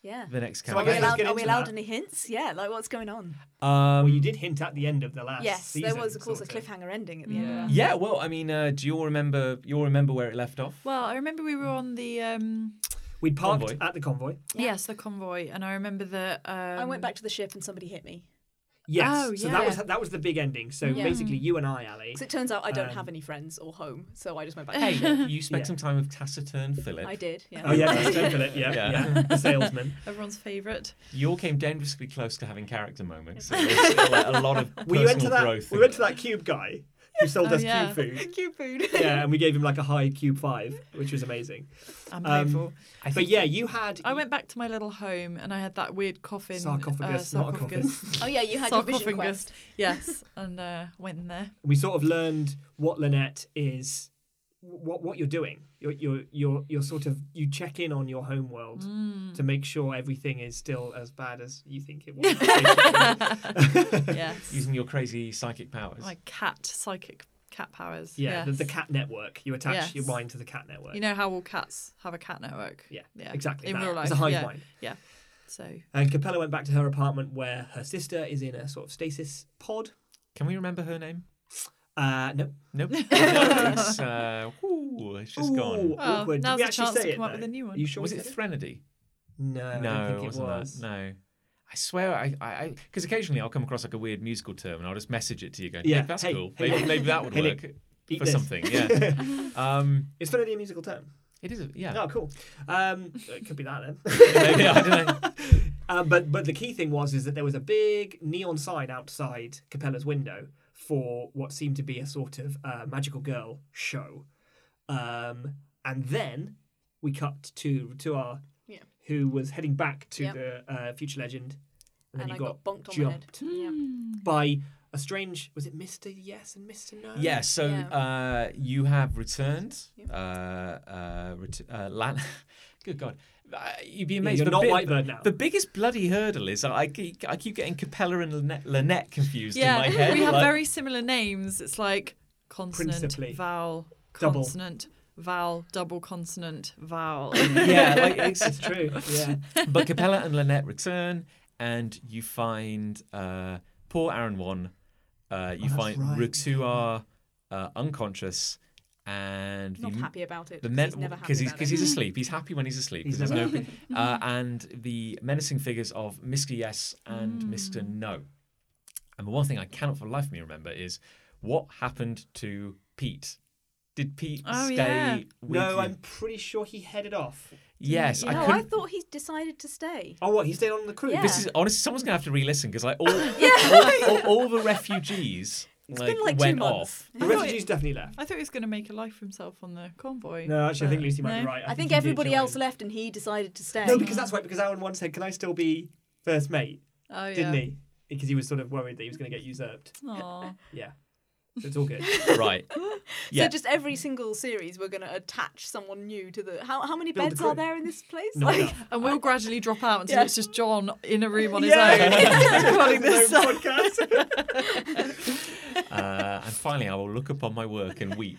Yeah. the next So I Are we guess let's campaign. allowed, get are we into allowed that. any hints? Yeah, like what's going on? um, well, you did hint at the end of the last. yes, season, there was, of course, a sort cliffhanger ending at the end. Yeah. Of that. Yeah, well, I mean, uh, do you all remember? You all remember where it left off? Well, I remember we were on the um, We parked Convoy. at the convoy. Yeah. yes the convoy, and I remember that um, I went back to the ship and somebody hit me. Yes. Oh, So that yeah. was that was the big ending. So Yeah. basically, you and I, Ali. Because it turns out I don't Um, have any friends or home, so I just went back. Hey, you spent Yeah. some time with taciturn Philip. I did. Yeah. Oh yeah, that's Philip. Yeah, yeah. Yeah. The salesman. everyone's favourite. You all came dangerously close to having character moments. So there's still, like, a lot of personal We went to that. growth. We in went it. to that cube guy who sold Oh, us yeah. cube food. Cute food. Yeah, and we gave him like a high cube five, which was amazing. I'm Um, painful. I But think- yeah, you had. I went back to my little home and I had that weird coffin. Sarcophagus, not a coffin. Oh yeah, you had your vision sarcophagus. quest. yes, and uh, went in there. We sort of learned what Lynette is, what what you're doing. You're you're you're, you're sort of you check in on your home world Mm. to make sure everything is still as bad as you think it was. Yes. using your crazy psychic powers. my cat, psychic cat powers. yeah, the, the Yes. cat network. You attach Yes. your mind to the cat network. You know how all cats have a cat network? yeah, Yeah. exactly. In that. real life. it's a hive yeah. mind. So, And Capella went back to her apartment where her sister is in a sort of stasis pod. Can we remember her name? Uh, no, Nope. it's, uh, whew, it's just Ooh, gone. Well, awkward. Did now's we the actually chance to say it, come up though? with a new one. Are you sure was we it said Threnody? No, no, Uh, I don't think it wasn't was. That. No. I swear, I, I, because occasionally I'll come across like a weird musical term, and I'll just message it to you, going, Yeah, "Hey, that's hey, cool. hey, maybe, Nick. maybe that would Hey, work Nick, Eat for this. something." Yeah. um, It's going to be a musical term. it is. A, yeah. Oh, cool. Um, it could be that then. maybe I don't know. um, but but the key thing was is that there was a big neon sign outside Capella's window for what seemed to be a sort of uh, magical girl show, um, and then we cut to to our Yeah. who was heading back to Yep. the uh, future legend, and then And you I got, got bonked on the head. jumped Yeah. by a strange was it Mister Yes and Mister No? Yeah. Um, So Yeah. Uh, you have returned. Yep. Uh, uh, ret- uh, Lan- Good God. Uh, you'd be Yeah, amazed. you're The not bit- Whitebird now. The biggest bloody hurdle is I keep, I keep getting Capella and Lynette, Lynette confused yeah, in my head. we have like- very similar names. It's like consonant, Principally. vowel, Double. consonant, vowel, double consonant, vowel. yeah, like it's, It's true. Yeah. but Capella and Lynette return, and you find uh, poor Aaron One. Uh, you Oh, that's find right. Ruxuar uh, unconscious, and Not the, happy about it. the Because men he's never happy because he's about because it. he's asleep. He's happy when he's asleep. He's 'cause never there's no- uh, and the menacing figures of Mr. Yes and Mr. Mm. No. And the one thing I cannot for the life of me remember is what happened to Pete. Did Pete Oh, stay? yeah. With No, you? I'm pretty sure he headed off. Yes, I No, couldn't. I thought he decided to stay. Oh, what? He stayed on the cruise. Yeah. This is honestly, someone's gonna have to re-listen because like all, all, all, all the refugees It's like, been like two went months. off. The refugees definitely left. I thought he was going to make a life for himself on the convoy. No, actually, I think Lucy might be No. right. I, think, he did everybody join. else left and he decided to stay. No, because that's right. Because Alan once said, "Can I still be first mate?" Oh, yeah. Didn't he? Because he was sort of worried that he was going to get usurped. Aw. Yeah, so it's all good. Right. So Yeah. just every single series, we're going to attach someone new to the. How, how many Build a beds are crew. there in this place? Not like, enough. And we'll gradually drop out until Yeah. it's just John in a room on his Yeah. own. recording No this. podcast. uh, and finally, I will look upon my work and weep.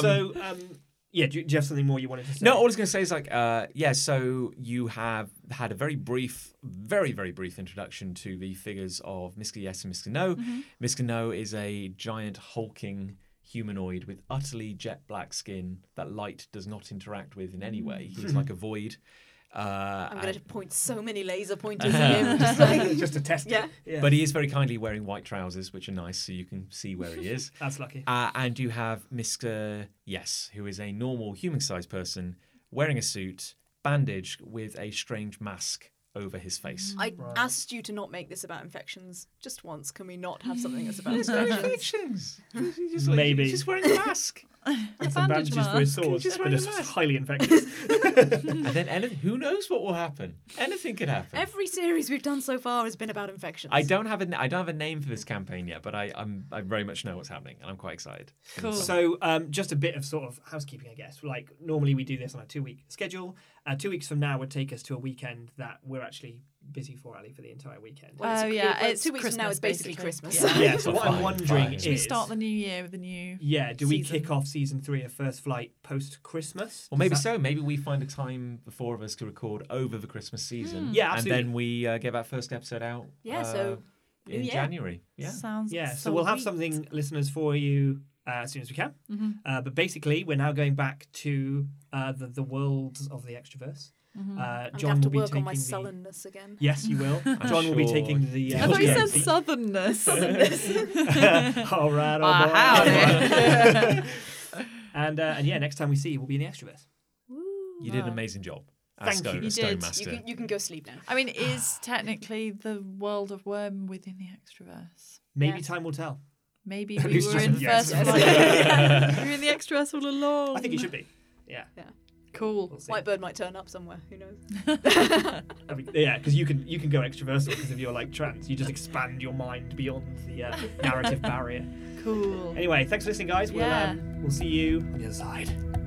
so, um, yeah, do, you- do you have something more you wanted to say? No, all I was going to say is like, uh, yeah. So you have had a very brief, very very brief introduction to the figures of Mr. Yes and Mr. No. Mr. No is a giant hulking humanoid with utterly jet black skin that light does not interact with in any way. He's like a void. Uh, I'm and- going to point so many laser pointers at him. Just like, just, just to test. it. Yeah. yeah. But he is very kindly wearing white trousers, which are nice, so you can see where he is. that's lucky. Uh, and you have Mr. Yes, who is a normal human sized person wearing a suit, bandaged with a strange mask over his face. I Right. asked you to not make this about infections just once. Can we not have something that's about There's no infections? infections. Maybe. He's just wearing a mask. It's some bandages for his mask. sores, Just but wearing a it's mask. highly infectious. and then anything, who knows what will happen? Anything could happen. Every series we've done so far has been about infections. I don't have a I don't have a name for this campaign yet, but I I'm, I very much know what's happening, and I'm quite excited. Cool. So, um, just a bit of sort of housekeeping, I guess. Like, normally we do this on a two week schedule. Uh, two weeks from now would take us to a weekend that we're actually busy for, Ali, for the entire weekend. Well, it's a Oh, cre- yeah, well, it's two weeks from now Christmas, is basically, basically. Christmas. Yeah. yeah, so what I'm Fine, wondering fine. is. Should we start the new year with a new. yeah, do we season? kick off season three of First Flight post Christmas? Well, maybe so. Maybe we find a time, the four of us, to record over the Christmas season. Yeah, absolutely. And then we uh, get that first episode out. Hmm. Yeah, so uh, New in Year. January. Yeah. Sounds. Yeah, so we'll have sweet. something, listeners, for you uh, as soon as we can. Mhm. Uh, but basically, we're now going back to uh, the, the worlds of the extroverse. Uh, Mm-hmm. I'm John gonna have to will be work taking on my the... sullenness again. Yes, you will. I'm John will be sure. taking the. uh, I thought you the- said southernness. all right, all Ah, right. and uh, and yeah, next time we see you, we'll be in the extrovert. You did an Ah. amazing job. Thank as Stone, you. as You Stone did. You Master. You can, you can go sleep now. I mean, is technically the world of worm within the extroverse? Maybe Yeah. time will tell. Maybe At we least were you in said yes. first flight. we were in the extroverse all along. I think it should be. Yeah, Cool. we'll see. White bird might turn up somewhere. Who knows? I mean, yeah, because you can you can go extroversal because if you're like trans, you just expand your mind beyond the uh, narrative barrier. Cool. Anyway, thanks for listening, guys. We'll Yeah. um, we'll see you on the other side.